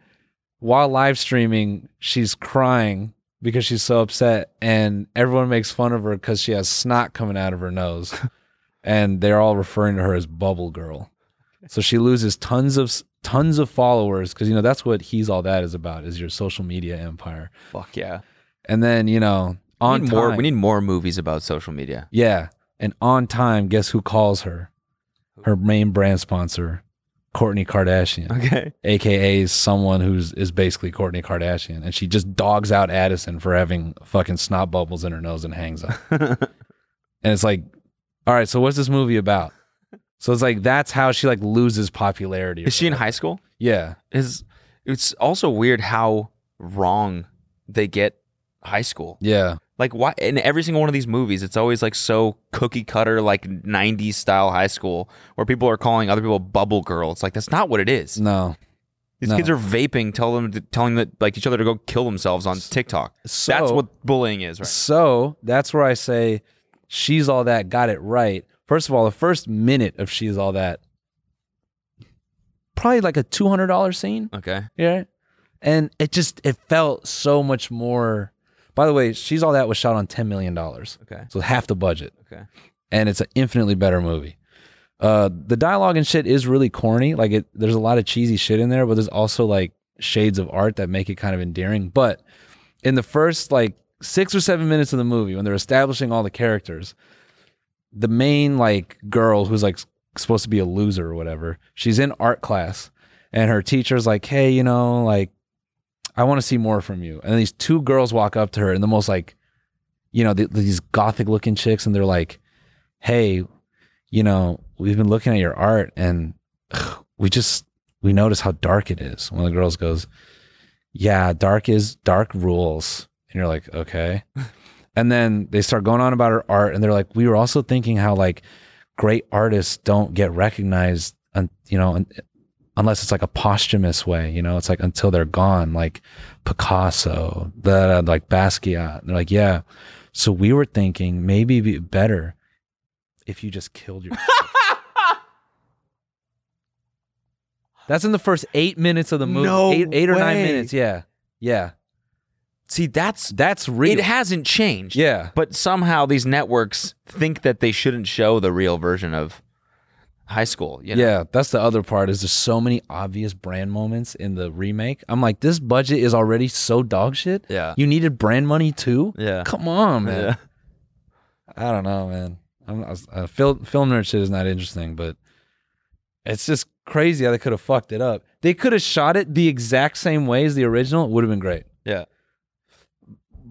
while live streaming, she's crying because she's so upset, and everyone makes fun of her because she has snot coming out of her nose, and they're all referring to her as Bubble Girl. So she loses tons of s- tons of followers because you know that's what he's all that is about is your social media empire.
Fuck yeah.
And then you know on
we need more.
time-
We need more movies about social media.
yeah. And on time, guess who calls her? Her main brand sponsor, Courtney Kardashian,
*laughs* Okay.
aka someone who's is basically Courtney Kardashian, and she just dogs out Addison for having fucking snot bubbles in her nose and hangs
*laughs*
up. and it's like, all right, so what's this movie about? So it's like that's how she like loses popularity. or
Is she in
whatever.
high school?
Yeah,
Is it's also weird how wrong they get high school.
yeah,
Like why in every single one of these movies, it's always like so cookie cutter, like '90s style high school where people are calling other people "bubble girl." It's like that's not what it is.
no.
These
no.
kids are vaping, tell them, to, telling that like each other to go kill themselves on TikTok.
So-
that's what bullying is, right?
So that's where I say she's all that got it right. First of all, the first minute of she's all that, probably like a two hundred dollar scene.
Okay.
Yeah, and it just it felt so much more. By the way, she's all that was shot on ten million dollars.
Okay.
so half the budget.
Okay.
and it's an infinitely better movie. Uh, the dialogue and shit is really corny. Like it, there's a lot of cheesy shit in there, but there's also like shades of art that make it kind of endearing. But in the first like six or seven minutes of the movie, when they're establishing all the characters, the main like girl who's like s- supposed to be a loser or whatever, she's in art class, and her teacher's like, "Hey, you know, like, I want to see more from you." And these two girls walk up to her, and the most like, you know, th these gothic looking chicks, and they're like hey, you know, we've been looking at your art and ugh, we just we notice how dark it is. One of the girls goes, Yeah, dark is dark rules. And you're like, okay. And then they start going on about her art and they're like, we were also thinking how like great artists don't get recognized un- you know, un- unless it's like a posthumous way, you know, it's like until they're gone, like Picasso, the like Basquiat. And they're like, yeah. So we were thinking maybe it'd be better if you just killed yourself. *laughs* That's in the first eight minutes of the movie.
No
eight, eight or nine
way.
minutes. Yeah. Yeah.
See, that's
That's real.
It hasn't changed.
Yeah.
But somehow these networks think that they shouldn't show the real version of high school. You know?
Yeah, that's the other part. Is there's so many obvious brand moments in the remake? I'm like, this budget is already so dog shit.
Yeah.
you needed brand money too.
Yeah.
come on, man.
Yeah.
I don't know, man. I'm not, uh, film film nerd shit is not interesting, but it's just crazy how they could have fucked it up. They could have shot it the exact same way as the original. It would have been great.
Yeah.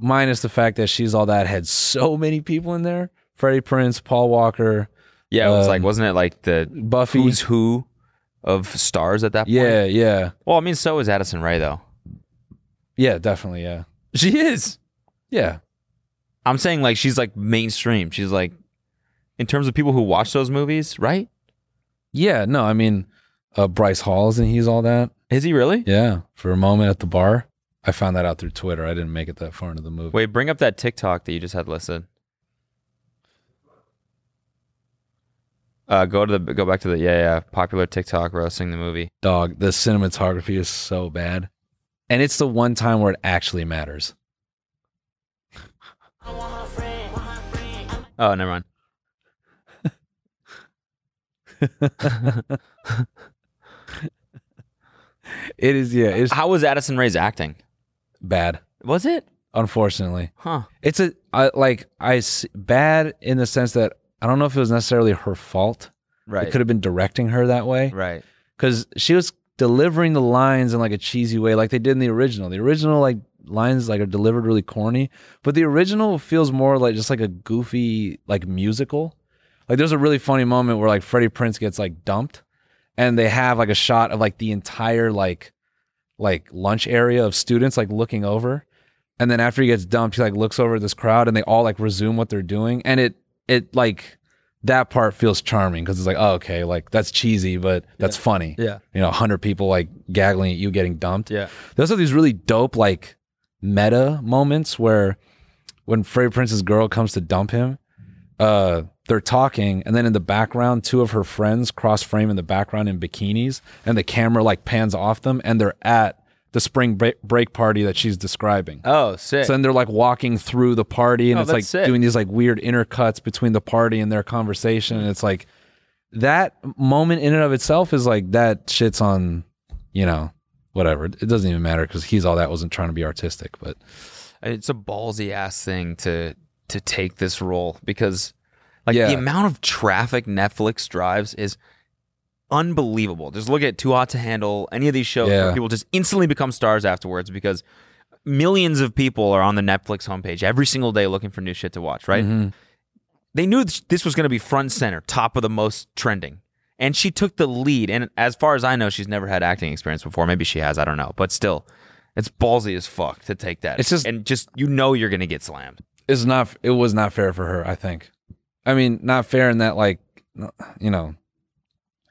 Minus the fact that she's all that had so many people in there: Freddie Prince, Paul Walker,
Yeah. It was
Um,
like, wasn't it like the
Buffy.
who's who of stars at that point?
yeah, yeah,
Well, I mean, so is Addison Ray, though.
yeah, definitely, yeah,
She is.
yeah.
I'm saying like she's like mainstream. She's like, in terms of people who watch those movies, right?
Yeah, no, I mean, uh, Bryce Hall's and he's all that.
Is he really?
Yeah, for a moment at the bar, I found that out through Twitter. I didn't make it that far into the movie.
Wait, bring up that TikTok that you just had listed. Uh, go to the go back to the yeah yeah popular TikTok roasting the movie.
dog, the cinematography is so bad, and it's the one time where it actually matters.
Oh, never mind.
It is, yeah, it's
How was Addison Ray's acting?
bad.
Was it?
Unfortunately,
Huh.
it's a I, like I s- bad in the sense that I don't know if it was necessarily her fault.
Right.
It could have been directing her that way.
Right.
because she was delivering the lines in like a cheesy way, like they did in the original. The original like lines like are delivered really corny, but the original feels more like just like a goofy like musical. Like there's a really funny moment where like Freddie Prince gets like dumped, and they have like a shot of like the entire like like lunch area of students like looking over, and then after he gets dumped, he like looks over at this crowd, and they all like resume what they're doing, and it it like that part feels charming because it's like oh, okay like that's cheesy but that's funny
Yeah.
you know, 100 people like gaggling at you getting dumped.
Yeah.
Those are these really dope, like meta moments where when Freddie Prince's girl comes to dump him, uh, they're talking, and then in the background, two of her friends cross frame in the background in bikinis, and the camera like pans off them, and they're at the the spring break, break party that she's describing.
Oh, sick.
So then they're like walking through the party and
Oh,
it's
that's
like
sick.
doing these like weird intercuts between the party and their conversation. And it's like that moment in and of itself is like that shits on, you know, whatever. It doesn't even matter because he's all that wasn't trying to be artistic, but
it's a ballsy ass thing to to take this role because like
Yeah.
the amount of traffic Netflix drives is unbelievable. Just look at Too Hot to Handle, any of these shows
Yeah.
where people just instantly become stars afterwards because millions of people are on the Netflix homepage every single day looking for new shit to watch,
Mm-hmm.
right? They knew th- this was going to be front and center, top of the most trending. And she took the lead. And as far as I know, she's never had acting experience before. Maybe she has, I don't know. But still, it's ballsy as fuck to take that.
It's just-
and just you know you're going to get slammed.
it's not it was not fair for her i think i mean not fair in that like you know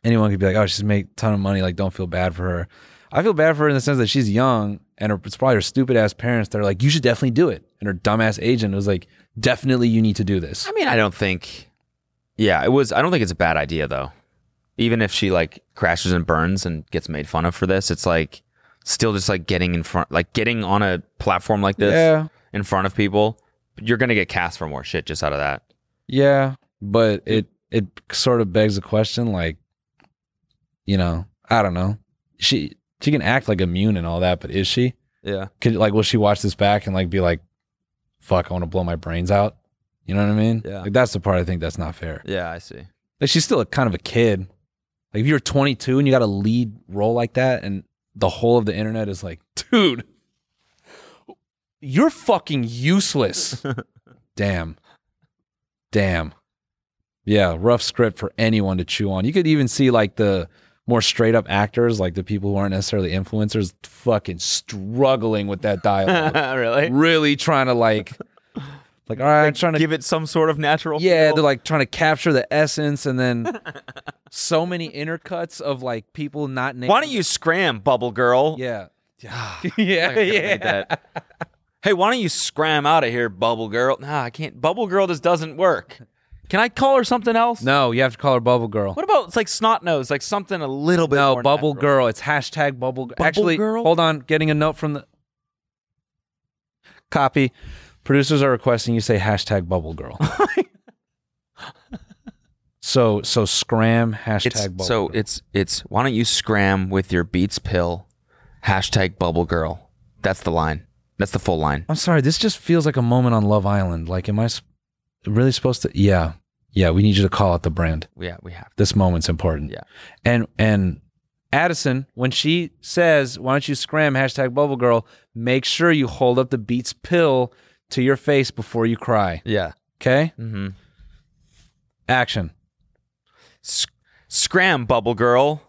anyone could be like oh she's made a ton of money like don't feel bad for her i feel bad for her in the sense that she's young and her, it's probably her stupid ass parents that are like you should definitely do it and her dumbass agent was like definitely you need to do this
I mean, I don't think. Yeah, it was. I don't think it's a bad idea though. Even if she like crashes and burns and gets made fun of for this, it's like still just like getting in front, like getting on a platform like this
Yeah.
in front of people. You're gonna get cast for more shit just out of that.
yeah but it it sort of begs the question like you know i don't know she she can act like immune and all that but is she
Yeah.
could like will she watch this back and like be like fuck i want to blow my brains out you know what i mean
Yeah.
like that's the part i think that's not fair
Yeah, I see.
like she's still a kind of a kid like if you're 22 and you got a lead role like that and the whole of the internet is like dude you're fucking useless damn damn yeah rough script for anyone to chew on you could even see like the more straight up actors like the people who aren't necessarily influencers fucking struggling with that dialogue
*laughs* really?
*laughs* really trying to like like all right trying to
Give it some sort of natural.
yeah
feel.
they're like trying to capture the essence
*laughs*
and then so many intercuts of like people not naming
why don't you scram, Bubble Girl? *laughs*
yeah *laughs*
I
yeah
gotta read that. *laughs* Hey, why don't you scram out of here, Bubble Girl? Nah, I can't. Bubble Girl just doesn't work. Can I call her something else?
no you have to call her bubble girl
What about it's like snot nose, like something a little bit.
no
more
bubble
natural.
girl it's hashtag bubble,
Bubble
actually
girl?
hold on getting a note from the copy producers are requesting you say hashtag
*laughs*
bubble girl so so scram hashtag
It's,
bubble
so
girl.
it's it's why don't you scram with your Beats pill, hashtag Bubble Girl. That's the line. That's the full line.
I'm sorry, this just feels like a moment on Love Island. Like, am I sp- really supposed to? Yeah, yeah. We need you to call out the brand.
Yeah, we have.
This moment's important.
Yeah.
And and Addison, when she says, "Why don't you scram?" hashtag Bubble Girl. Make sure you hold up the Beats pill to your face before you cry.
Yeah.
Okay.
Mm-hmm.
Action. *laughs*
Sc- scram, Bubble Girl.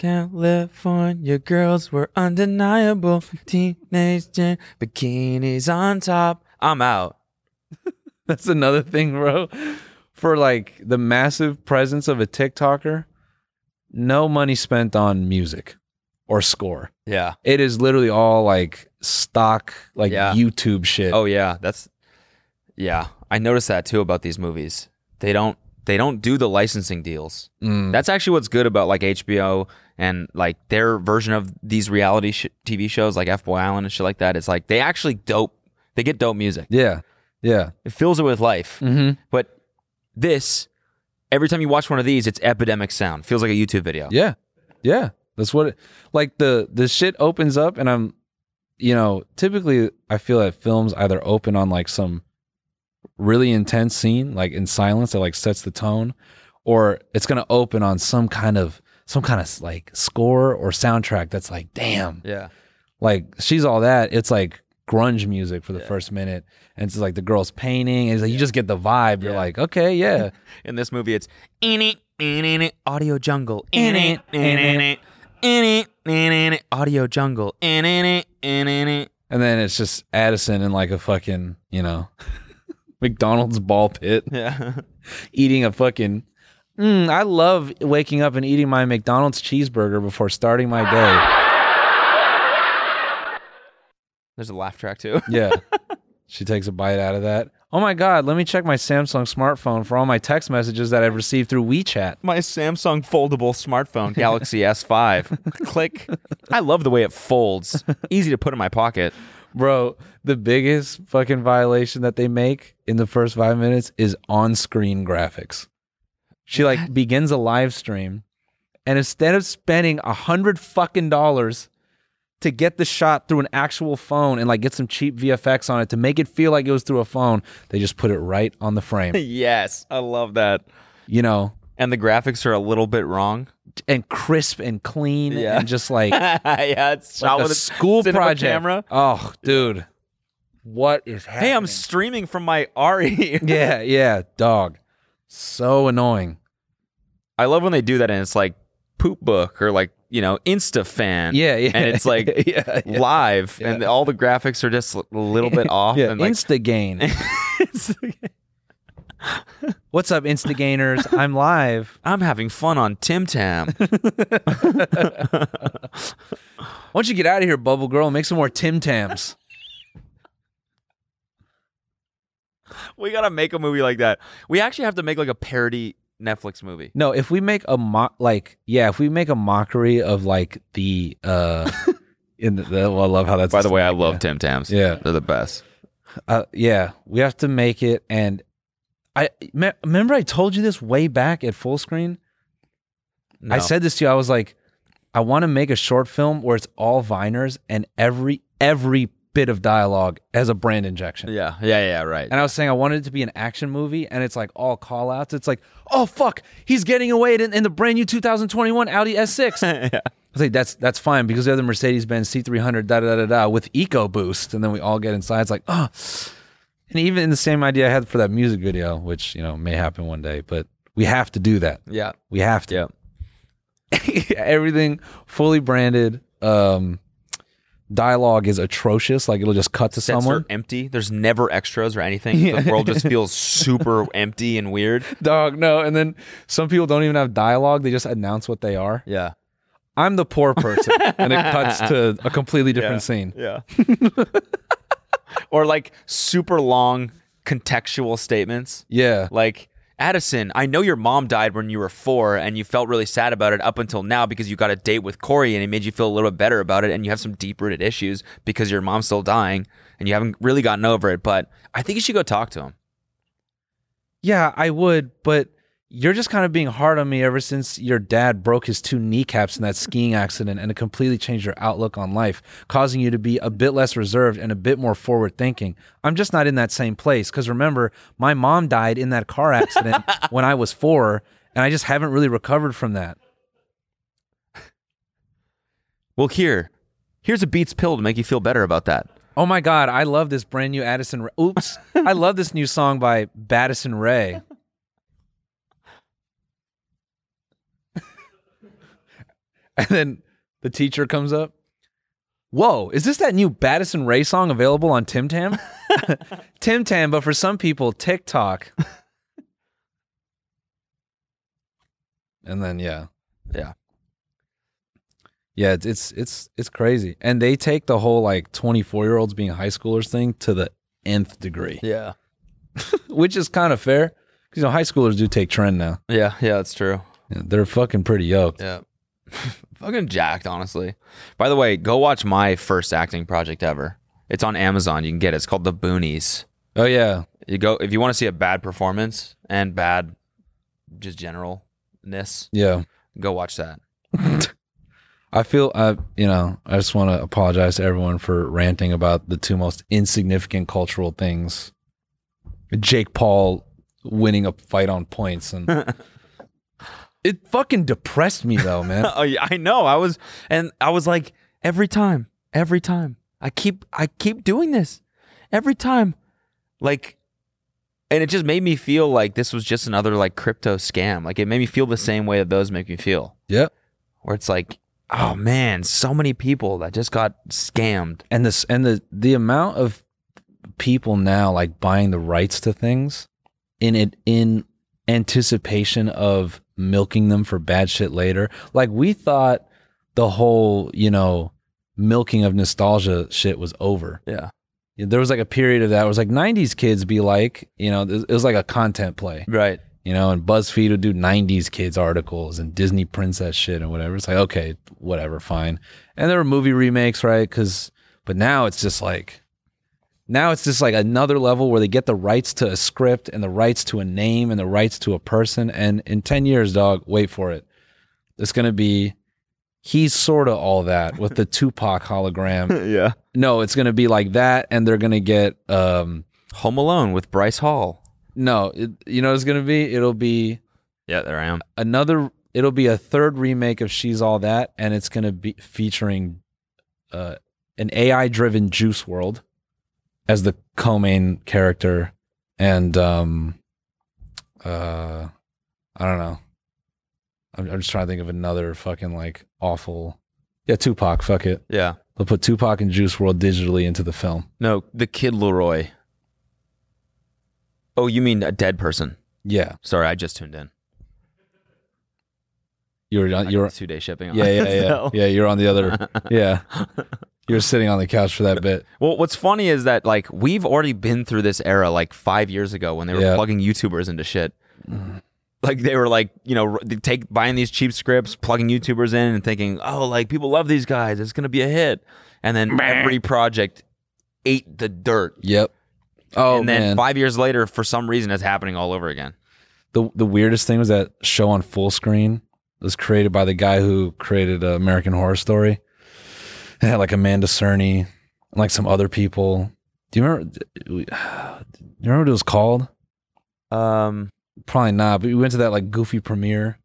California girls were undeniable. Teenage gen- bikinis on top. I'm out.
That's another thing, bro. For like the massive presence of a TikToker, no money spent on music or score.
Yeah.
It is literally all like stock, like
Yeah.
YouTube shit.
Oh yeah, that's yeah. I noticed that too about these movies. They don't they don't do the licensing deals.
Mm.
That's actually what's good about like HBO and like their version of these reality sh- TV shows like F Boy Island and shit like that. It's like they actually dope. They get dope music.
yeah, yeah.
It fills it with life.
Mm-hmm.
But this, every time you watch one of these, it's epidemic sound. Feels like a YouTube video.
Yeah, yeah. That's what. It, like the the shit opens up, and I'm, you know, typically I feel that films either open on like some really intense scene, like in silence that like sets the tone, or it's gonna open on some kind of some kind of like score or soundtrack that's like, damn,
Yeah.
like she's all that it's like grunge music for the first minute and it's like the girl's painting and it's like you just get the vibe you're
Yeah.
like okay yeah *laughs*
In this movie, it's in it, in it, audio jungle, in it, in it, in it, in it, audio jungle, in it, in it.
and then it's just addison in like a fucking you know *laughs* mcdonald's ball pit *laughs*
Yeah. *laughs*
eating a fucking mm, i love waking up and eating my mcdonald's cheeseburger before starting my day
There's a laugh track too. *laughs*
yeah She takes a bite out of that. Oh my God, let me check my Samsung smartphone for all my text messages that I've received through WeChat.
My Samsung foldable smartphone, Galaxy *laughs* S5. Click. I love the way it *laughs* folds. Easy to put in my pocket.
Bro, the biggest fucking violation that they make in the first five minutes is on screen graphics. She like begins a live stream, and instead of spending a hundred fucking dollars to get the shot through an actual phone and like get some cheap VFX on it to make it feel like it was through a phone, they just put it right on
*laughs*
the frame.
Yes, I love that.
You know,
And the graphics are a little bit wrong.
and crisp and clean
Yeah.
and
*laughs*
just like
yeah, it's shot
like a
with a
school
cinema
project.
camera.
Oh, dude, what is happening?
Hey, I'm streaming from my E. RE.
yeah, yeah, dog. So annoying.
*laughs* I love when they do that and it's like poop book or like, you know, InstaFan.
Yeah, yeah,
And it's like
*laughs* yeah, yeah,
live and all the graphics are just a little bit off
*laughs* yeah.
and like
Instagain. *laughs* What's up, Instagainers? I'm live.
I'm having fun on Tim
*laughs*
Tam.
Why don't you get out of here, Bubble Girl, and make some more Tim Tams?
we gotta make a movie like that. We actually have to make like a parody Netflix movie.
No, if we make a mock, like, yeah, if we make a mockery of like the, uh, *laughs* in the, the well, I love how that's
By the way, I love Tim Tams.
Yeah.
they're the best.
Uh, yeah, we have to make it. And I me- remember I told you this way back at full screen. I
No.
said this to you. I was like, I want to make a short film where it's all Viners and every every bit of dialogue has a brand injection.
yeah, yeah, yeah, right.
And I was saying I wanted it to be an action movie, and it's like all call outs. It's like, oh fuck, he's getting away in, in the brand new 2021
*laughs*
Audi S6. I was like, that's that's fine because they have the Mercedes Benz C300 da da da da with EcoBoost, and then we all get inside. It's like, oh, and even the same idea I had for that music video, which you know may happen one day, but we have to do that.
yeah,
We have to.
yeah.
*laughs* Everything fully branded. Um, dialogue is atrocious. Like it'll just cut to
Sets
someone.
are empty. There's never extras or anything. *laughs* The world just feels super empty and weird.
Dog, no. And then some people don't even have dialogue. They just announce what they are.
Yeah,
I'm the poor person. and it cuts to
*laughs*
a completely different scene.
yeah. or like super long contextual statements.
Yeah.
Like, Addison, I know your mom died when you were four and you felt really sad about it up until now because you got a date with Corey and it made you feel a little bit better about it and you have some deep rooted issues because your mom's still dying and you haven't really gotten over it. But I think you should go talk to him.
Yeah, I would, but you're just kind of being hard on me ever since your dad broke his two kneecaps in that skiing accident and it completely changed your outlook on life, causing you to be a bit less reserved and a bit more forward thinking. I'm just not in that same place because remember, my mom died in that car accident when I was four, and I just haven't really recovered from that.
Well, here, here's a Beats pill to make you feel better about that.
Oh my God, I love this brand new Addison. Ra- Oops, I love this new song by Baddison Ray. *laughs* and then the teacher comes up. Whoa, is this that new Baddison Ray song available on Tim Tam? *laughs* Tim Tam, but for some people, TikTok. and then yeah,
Yeah.
yeah, it's it's it's it's crazy, and they take the whole like twenty four year olds being high schoolers thing to the nth degree,
Yeah.
which is kind of fair because you know high schoolers do take trend now.
Yeah. Yeah. That's true.
Yeah, They're fucking pretty yoked.
Yeah. *laughs* Fucking jacked, honestly. By the way, go watch my first acting project ever. It's on Amazon. You can get it. It's called The Boonies.
Oh yeah,
you go if you want to see a bad performance and bad just generalness
yeah.
go watch that *laughs*
I feel I you know I just want to apologize to everyone for ranting about the two most insignificant cultural things: Jake Paul winning a fight on points, and it fucking depressed me though, man.
*laughs* oh yeah i know i was and i was like every time every time i keep i keep doing this every time like and it just made me feel like this was just another like crypto scam like it made me feel the same way that those make me feel
yeah.
where it's like oh man so many people that just got scammed
and this and the the amount of people now like buying the rights to things in it in anticipation of milking them for bad shit later like we thought the whole you know milking of nostalgia shit was over
Yeah.
there was like a period of that. It was like '90s kids be like, you know, it was like a content play,
Right.
you know. And BuzzFeed would do '90s kids articles and Disney princess shit and whatever. It's like okay, whatever, fine. And there were movie remakes, right? Because but now it's just like, now it's just like another level where they get the rights to a script and the rights to a name and the rights to a person. And in ten years, dog, wait for it. It's gonna be. He's sort of all that with the Tupac hologram
yeah.
no, it's gonna be like that, and they're gonna get um
Home Alone with Bryce Hall.
no, it, you know what it's gonna be it'll be
Yeah, there I am.
another it'll be a third remake of She's All That, and it's gonna be featuring uh an AI driven Juice World as the co-main character, and um uh I don't know. I'm, I'm just trying to think of another fucking like awful. Yeah, Tupac. Fuck it.
Yeah.
They'll put Tupac and Juice World digitally into the film.
No, the kid Leroy. Oh, you mean a dead person?
Yeah,
Sorry, I just tuned in.
you're
You're
you're
two day shipping. On. *laughs*
Yeah, yeah, yeah.
So-
Yeah, you're on the other. Yeah. You're sitting on the couch for that bit.
Well, what's funny is that like we've already been through this era like five years ago when they were
Yeah.
plugging YouTubers into shit. Like they were like you know r- they take buying these cheap scripts, plugging YouTubers in, and thinking, oh, like people love these guys, it's gonna be a hit. And then every project ate the dirt.
Yep. Oh
and then
man.
five years later, for some reason, it's happening all over again.
the the weirdest thing was that show on full screen was created by the guy who created uh, American Horror Story. It had like Amanda Cerny and like some other people. Do you remember? *sighs* Do you remember what it was called?
Um.
Probably not. But we went to that like goofy premiere.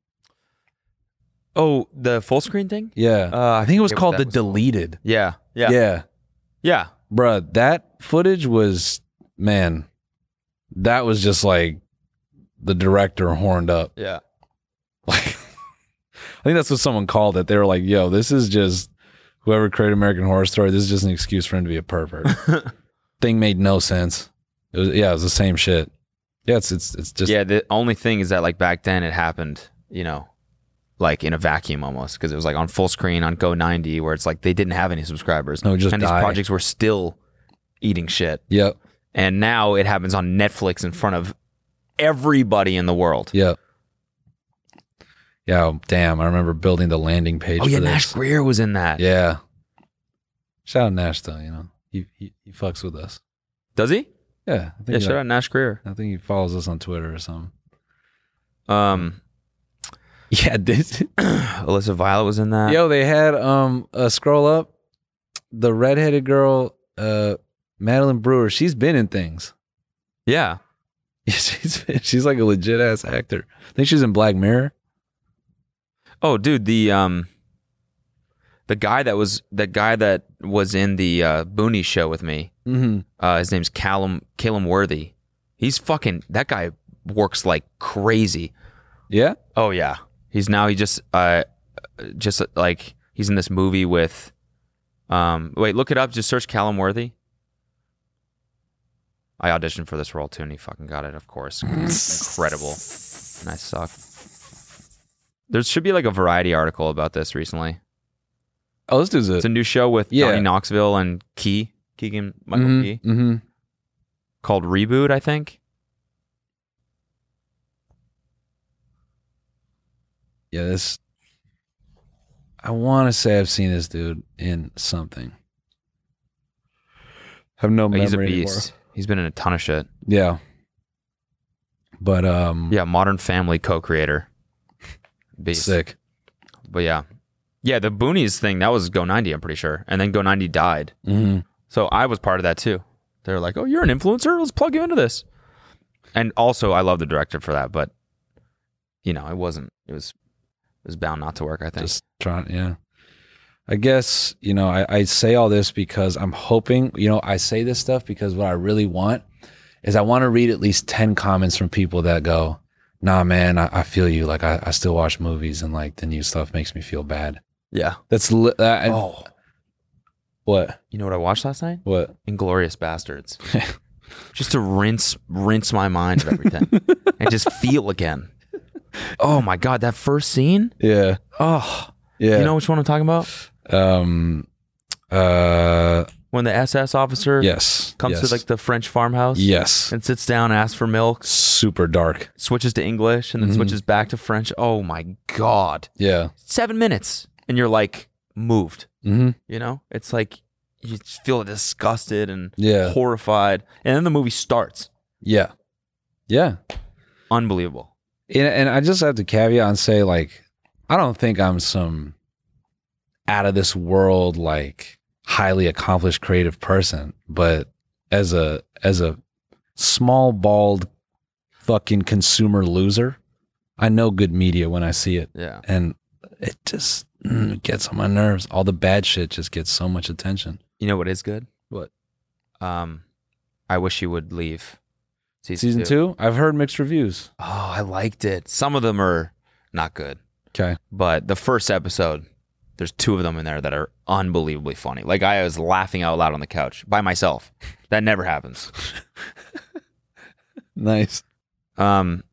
Oh, the full screen thing.
Yeah.
Uh,
I think it was
forget what
called
that
the
was
deleted.
Yeah. Yeah. Yeah.
yeah. bruh, that footage was man, that was just like the director horned up.
Yeah.
*laughs* Like I think that's what someone called it. They were like, yo, this is just whoever created American Horror Story, this is just an excuse for him to be
*laughs*
a pervert. Thing made no sense. It was yeah, it was the same shit. Yeah, it's it's it's just
yeah. The only thing is that like back then it happened, you know, like in a vacuum almost because it was like on full screen on Go ninety where it's like they didn't have any subscribers.
No, just
and
die.
these projects were still eating shit.
Yep.
And now it happens on Netflix in front of everybody in the world.
Yep. Yeah, oh, damn. I remember building the landing page.
oh yeah,
for this.
Nash Greer was in that.
Yeah. Shout out Nash though, you know. He he, he fucks with us.
Does he?
Yeah. I think
Yeah.
he,
Shout out Nash Greer.
I think he follows us on Twitter or something.
Um. *clears throat* Yeah. *laughs* This Alyssa Violet was in that.
Yo, they had um a scroll up the redheaded girl uh Madeline Brewer. She's been in things. *laughs*
Yeah.
she's been, she's like a legit ass actor. I think she's in Black Mirror.
Oh, dude, the um, the guy that was the guy that was in the uh, Booney show with me.
Mm-hmm.
Uh, his name's Callum Callum Worthy. He's fucking that guy works like crazy.
Yeah.
Oh yeah, he's now he just uh, just uh, like he's in this movie with um. Wait, look it up. Just search Callum Worthy. I auditioned for this role too, and he fucking got it. Of course, incredible, and I suck. There should be like a variety article about this recently.
Oh, this dude's a,
It's a new show with
Yeah.
Johnny Knoxville and Key, Keegan Michael
Mhm,
Key,
mhm.
called Reboot, I think.
Yeah, this. I want to say I've seen this dude in something. have no
Like, Oh,
memory
he's a
anymore.
beast. He's been in a ton of shit.
Yeah. But um,
Yeah, Modern Family co-creator. Beast.
sick.
But yeah. Yeah, the Boonies thing, that was Go 90, I'm pretty sure. And then Go 90 died.
Mm-hmm.
So I was part of that too. They were like, oh, you're an influencer? Let's plug you into this. And also, I love the director for that, but, you know, it wasn't, it was, it was bound not to work, I think.
Just trying, yeah. I guess, you know, I, I say all this because I'm hoping, you know, I say this stuff because what I really want is I want to read at least 10 comments from people that go, nah, man, I, I feel you. Like, I, I still watch movies and like the new stuff makes me feel bad.
yeah.
That's, li- that, and-
oh,
what?
you know what I watched last night?
What?
Inglorious
*laughs*
Bastards. just to rinse rinse my mind of
*laughs*
everything and just feel again. Oh my god, that first scene?
Yeah.
Oh,
Yeah.
you know which one I'm talking about?
um, uh,
When when the SS officer
Yes.
comes
yes.
to like the French farmhouse
Yes.
and sits down, asks for milk,
Super dark.
switches to English, and then
Mm-hmm.
switches back to French. Oh my god,
Yeah.
seven minutes, and you're like moved.
Mm-hmm.
You know, it's like you just feel disgusted and
Yeah.
horrified, and then the movie starts.
Yeah. Yeah.
Unbelievable.
And, and I just have to caveat and say, like, I don't think I'm some out of this world, like, highly accomplished creative person, but as a as a small bald fucking consumer loser, I know good media when I see it,
Yeah,
and it just mm, gets on my nerves. All the bad shit just gets so much attention.
you know what is good?
What?
Um, I wish you would leave.
Season two, I've heard mixed reviews.
Oh, I liked it. Some of them are not good.
Okay.
But the first episode, there's two of them in there that are unbelievably funny. Like I was laughing out loud on the couch by myself. *laughs* That never happens.
Nice.
Um,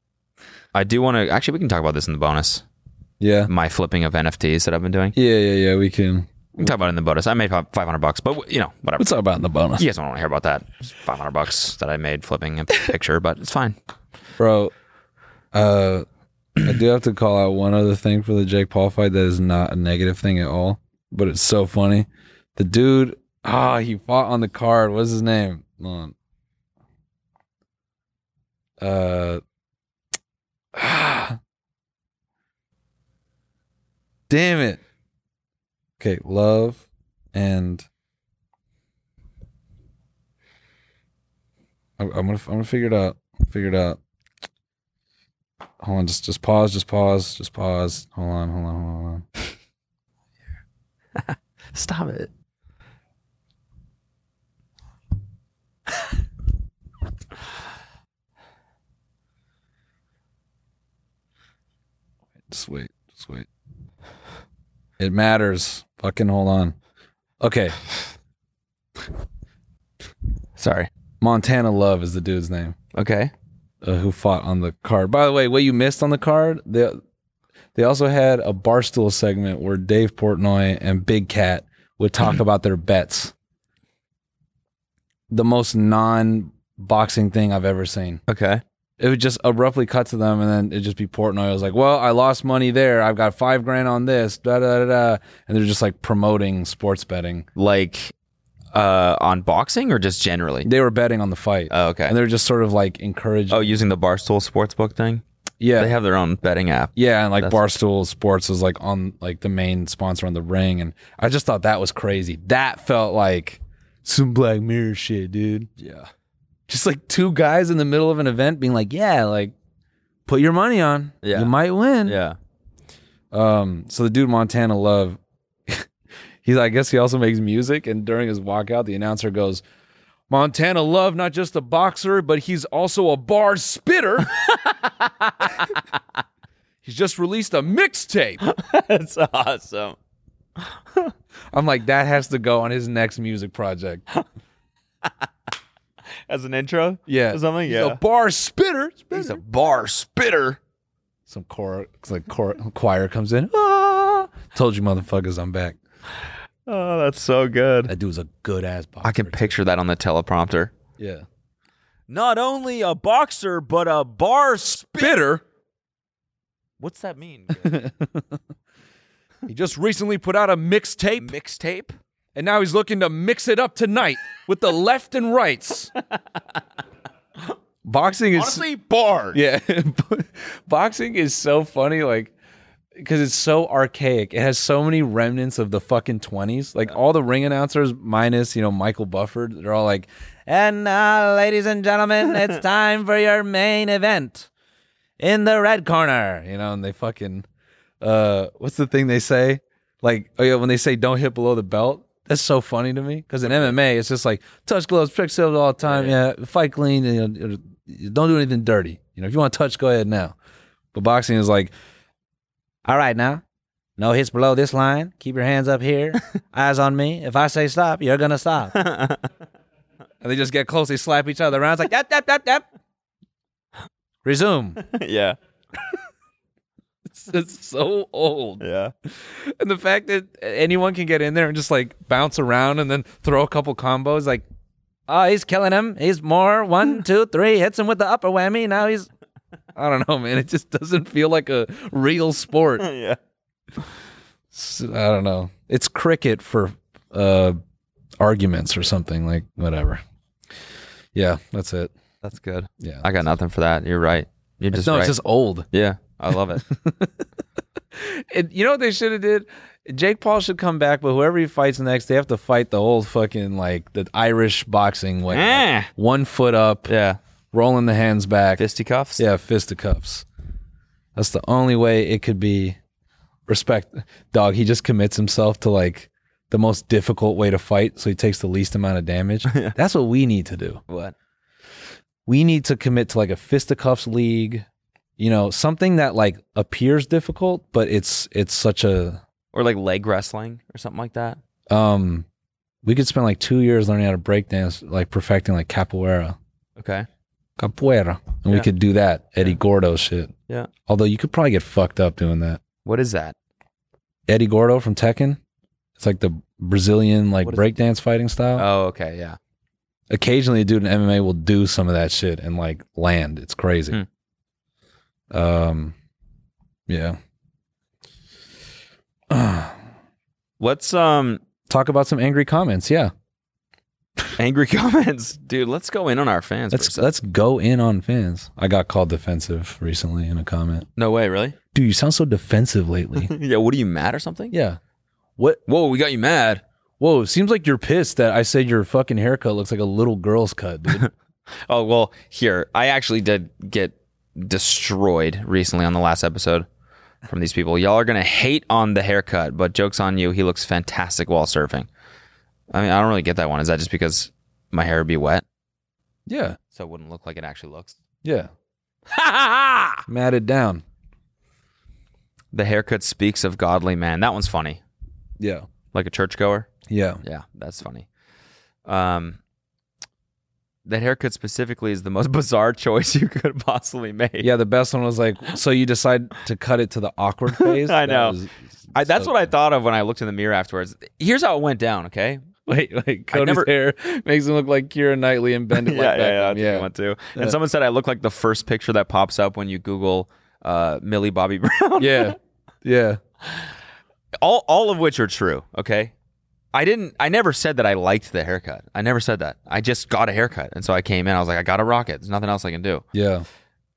I do want to actually we can talk about this in the bonus.
Yeah.
My flipping of NFTs that I've been doing.
Yeah, yeah, yeah. We can.
We can talk about it in the bonus. I made about 500 bucks, but you know whatever.
We'll talk about it in the bonus,
You guys don't want to hear about that. It's 500 bucks that I made flipping a picture, but it's fine.
bro. Uh, I do have to call out one other thing for the Jake Paul fight that is not a negative thing at all, but it's so funny. The dude, ah, he fought on the card. What's his name? Hold on. Uh, ah, *sighs* damn it. Okay, love and. I'm I'm gonna I'm gonna figure it out. Figure it out. Hold on, just just pause, just pause, just pause. Hold on, hold on, hold on.
Stop it.
Just wait, just wait. It matters. Fucking hold on. Okay,
Sorry.
Montana Love is the dude's name
Okay.
uh, who fought on the card. By the way, what you missed on the card, they they also had a barstool segment where Dave Portnoy and Big Cat would talk about their bets. The most non boxing thing I've ever seen.
Okay.
it would just abruptly cut to them, and then it'd just be Portnoy. I was like, "Well, I lost money there. I've got five grand on this." Da da da da. And they're just like promoting sports betting.
like uh on boxing or just generally
They were betting on the fight,
oh okay
and they're just sort of like encouraging.
oh using the barstool sportsbook thing
yeah,
they have their own betting app
yeah, and like
That's-
Barstool Sports was like on like the main sponsor on the ring, and I just thought that was crazy. That felt like some Black Mirror shit, dude. Yeah, just like two guys in the middle of an event being like, "Yeah, like put your money on,
Yeah.
you might win."
yeah
Um, so the dude Montana Love, *laughs* he's I guess he also makes music, and during his walkout, the announcer goes, "Montana Love, not just a boxer, but he's also a bar
*laughs*
spitter." *laughs* he's just released a mixtape.
*laughs* that's awesome
I'm like, that has to go on his next music project.
as an intro
Yeah,
Or *laughs* something,
He's
yeah.
a bar spitter.
he's a bar spitter
Some chor it's like chor- choir comes in. Ah, told you, motherfuckers, I'm back.
oh that's so good
That dude's a good ass boxer.
i can picture that on the teleprompter
yeah.
not only a boxer but a bar spitter what's that *laughs* mean
He just recently put out a mixtape.
mixtape
and now he's looking to mix it up tonight with the left and rights. Boxing is
honestly *laughs* bar
yeah, *laughs* boxing is so funny, like because it's so archaic. It has so many remnants of the fucking twenties. Like all the ring announcers, minus you know Michael Bufford, they're all like, "And now, ladies and gentlemen, it's time for your main event in the red corner." You know, and they fucking uh, what's the thing they say? Like, oh yeah, when they say don't hit below the belt, that's so funny to me because in MMA it's just like touch gloves, trick gloves all the time. Yeah, fight clean. You know, you don't do anything dirty. You know, if you want to touch, go ahead now. But boxing is like, all right now, no hits below this line. Keep your hands up *laughs* here, eyes on me. If I say stop, you're gonna *laughs* stop. and they just get close. They slap each other around. It's like *laughs* dap dap dap dap. Resume.
yeah
it's, it's so old.
Yeah.
And the fact that anyone can get in there and just like bounce around and then throw a couple combos, like, oh, he's killing him. He's more. One, two, three. Hits him with the upper whammy. Now he's. I don't know, man. It just doesn't feel like a real sport.
Yeah.
S- I don't know. It's cricket for uh, arguments or something like whatever. Yeah, that's it.
That's good.
Yeah,
I got nothing for that. You're right. You're just
no.
right.
It's just old.
yeah, I love *laughs* it.
It, you know what they should have did? Jake Paul should come back, but whoever he fights next, they have to fight the old fucking like the Irish boxing way, like,
Eh.
one foot up,
yeah,
rolling the hands back.
fisticuffs.
Yeah, fisticuffs. That's the only way it could be respect. Dog, he just commits himself to like the most difficult way to fight, so he takes the least amount of damage. That's what we need to do.
What?
We need to commit to like a fisticuffs league, you know, something that like appears difficult, but it's it's such a
Or like leg wrestling or something like that.
um we could spend like two years learning how to breakdance, like perfecting like capoeira.
Okay.
Capoeira. And we
Yeah.
could do that, Eddie Gordo shit.
Yeah.
Although you could probably get fucked up doing that.
What is that?
Eddie Gordo from Tekken. It's like the Brazilian like
What is-
breakdance fighting style.
Oh, okay. Yeah.
Occasionally, a dude in MMA will do some of that shit and like land. It's crazy.
Hmm.
Um, yeah. *sighs*
Let's um
Talk about some angry comments. Yeah,
angry *laughs* comments, dude. Let's go in on our fans.
let's
Let's, let
let's go in on fans. I got called defensive recently in a comment.
no way, really.
Dude, you sound so defensive *laughs* lately.
yeah. What are you mad or something?
yeah. What?
Whoa, we got you mad.
Whoa! Seems like you're pissed that I said your fucking haircut looks like a little girl's cut, dude. *laughs*
Oh well, here I actually did get destroyed recently on the last episode from these people. Y'all are gonna hate on the haircut, but jokes on you. He looks fantastic while surfing. I mean, I don't really get that one. Is that just because my hair would be wet,
yeah.
so it wouldn't look like it actually looks? *laughs*
Yeah. Matted down.
The haircut speaks of godly man. That one's funny,
Yeah.
like a churchgoer.
Yeah.
Yeah, that's funny. Um, that haircut specifically is the most *laughs* bizarre choice you could possibly make.
Yeah, the best one was like, so you decide to cut it to the *laughs* awkward phase.
I
That
know.
was-
I, that's
so-
what I thought of when I looked in the mirror afterwards. Here's how it went down. Okay.
Wait, like
I
Cody's
never-
hair makes him look like Kira Knightley and bend it like
that's
that.
a good one too. And someone said I look like the first picture that pops up when you Google uh, Millie Bobby Brown. *laughs*
yeah, yeah,
all all of which are true. Okay. I didn't. I never said that I liked the haircut. I never said that. I just got a haircut, and so I came in. I was like, I got to rock it. There's nothing else I can do.
yeah,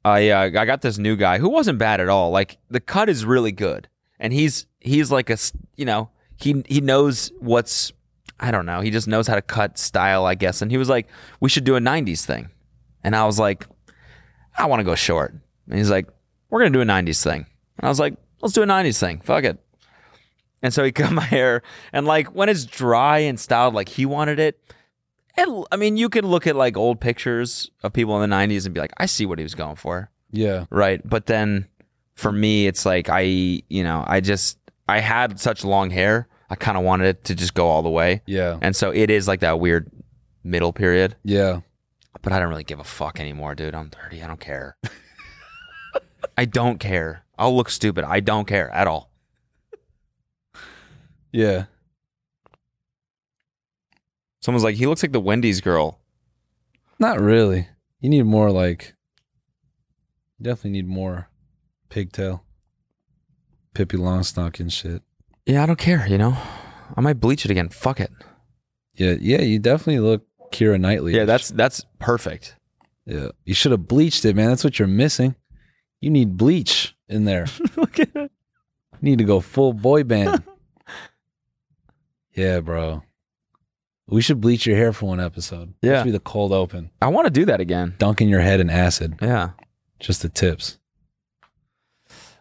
I uh, I got this new guy who wasn't bad at all. Like the cut is really good, and he's he's like a s- you know he he knows what's I don't know. He just knows how to cut style, I guess. And he was like, we should do a '90s thing, and I was like, I want to go short. And he's like, we're gonna do a '90s thing, and I was like, let's do a '90s thing. Fuck it. And so he *laughs* cut my hair, and like when it's dry and styled like he wanted it, it, I mean, you could look at like old pictures of people in the '90s and be like, I see what he was going for,
yeah,
right? But then for me, it's like I, you know, I just I had such long hair, I kind of wanted it to just go all the way,
yeah,
and so it is like that weird middle period.
yeah.
But I don't really give a fuck anymore, dude. I'm 30. I don't *laughs* care. I don't care. I'll look stupid. I don't care at all.
yeah.
Someone's like, he looks like the Wendy's girl.
Not really. You need more like. you Definitely need more pigtail. Pippi Longstocking shit.
Yeah, I don't care. You know, I might bleach it again. Fuck it.
Yeah, yeah. You definitely look Kira Knightley.
Yeah, that's that's perfect.
Yeah. You should have bleached it, man. That's what you're missing. You need bleach
*laughs*
in there. You need to go full boy band. yeah, bro. We should bleach your hair for one episode. That
Yeah.
should be the cold open.
I want to do that again.
Dunking your head in acid.
Yeah.
Just the tips.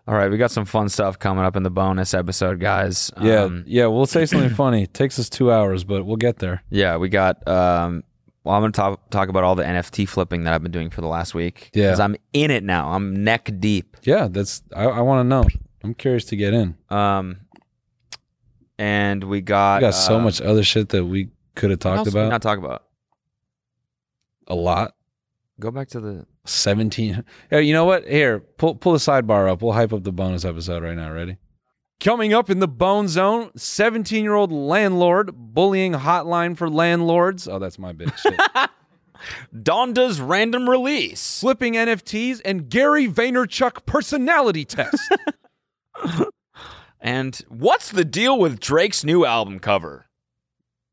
All right, we got some fun stuff coming up in the bonus episode, guys.
Yeah.
Um,
yeah. We'll
*clears throat*
say something funny. Takes us two hours, but we'll get there.
yeah, we got. Um, well, I'm going to talk talk about all the NFT flipping that I've been doing for the last week.
Yeah.
because I'm in it now. I'm neck deep.
Yeah. That's, I, I want to know. I'm curious to get in.
Um, and we
We
got
got so
uh,
much other shit that we could have
what
talked
else did we
about.
Not talk about.
a lot.
Go back to the.
17. Hey, you know what? Here, pull pull the sidebar up. We'll hype up the bonus episode right now. Ready? Coming up in the bone zone, 17 year old landlord bullying hotline for landlords. Oh, that's my bitch.
*laughs*
Shit.
Donda's random release.
Flipping NFTs and Gary Vaynerchuk personality test.
And what's the deal with Drake's new album cover?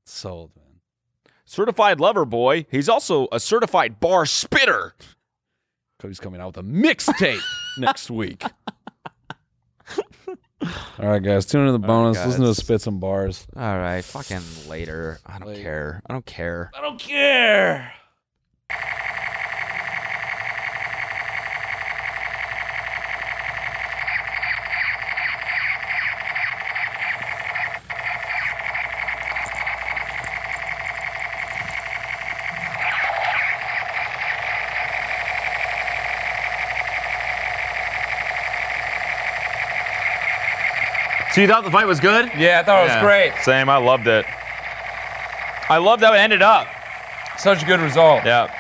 Sold, man.
Certified lover boy. He's also a certified bar spitter.
Cody's coming out with a *laughs* mixtape next week. All right, guys, tune into the bonus.
guys.
Listen to us spit some bars.
All right, fucking later. I don't care. I don't care.
I don't care.
So you thought the fight was good?
*laughs* Yeah, I thought it was great.
Same. I loved it. I loved how it ended up.
Such a good result.
Yeah.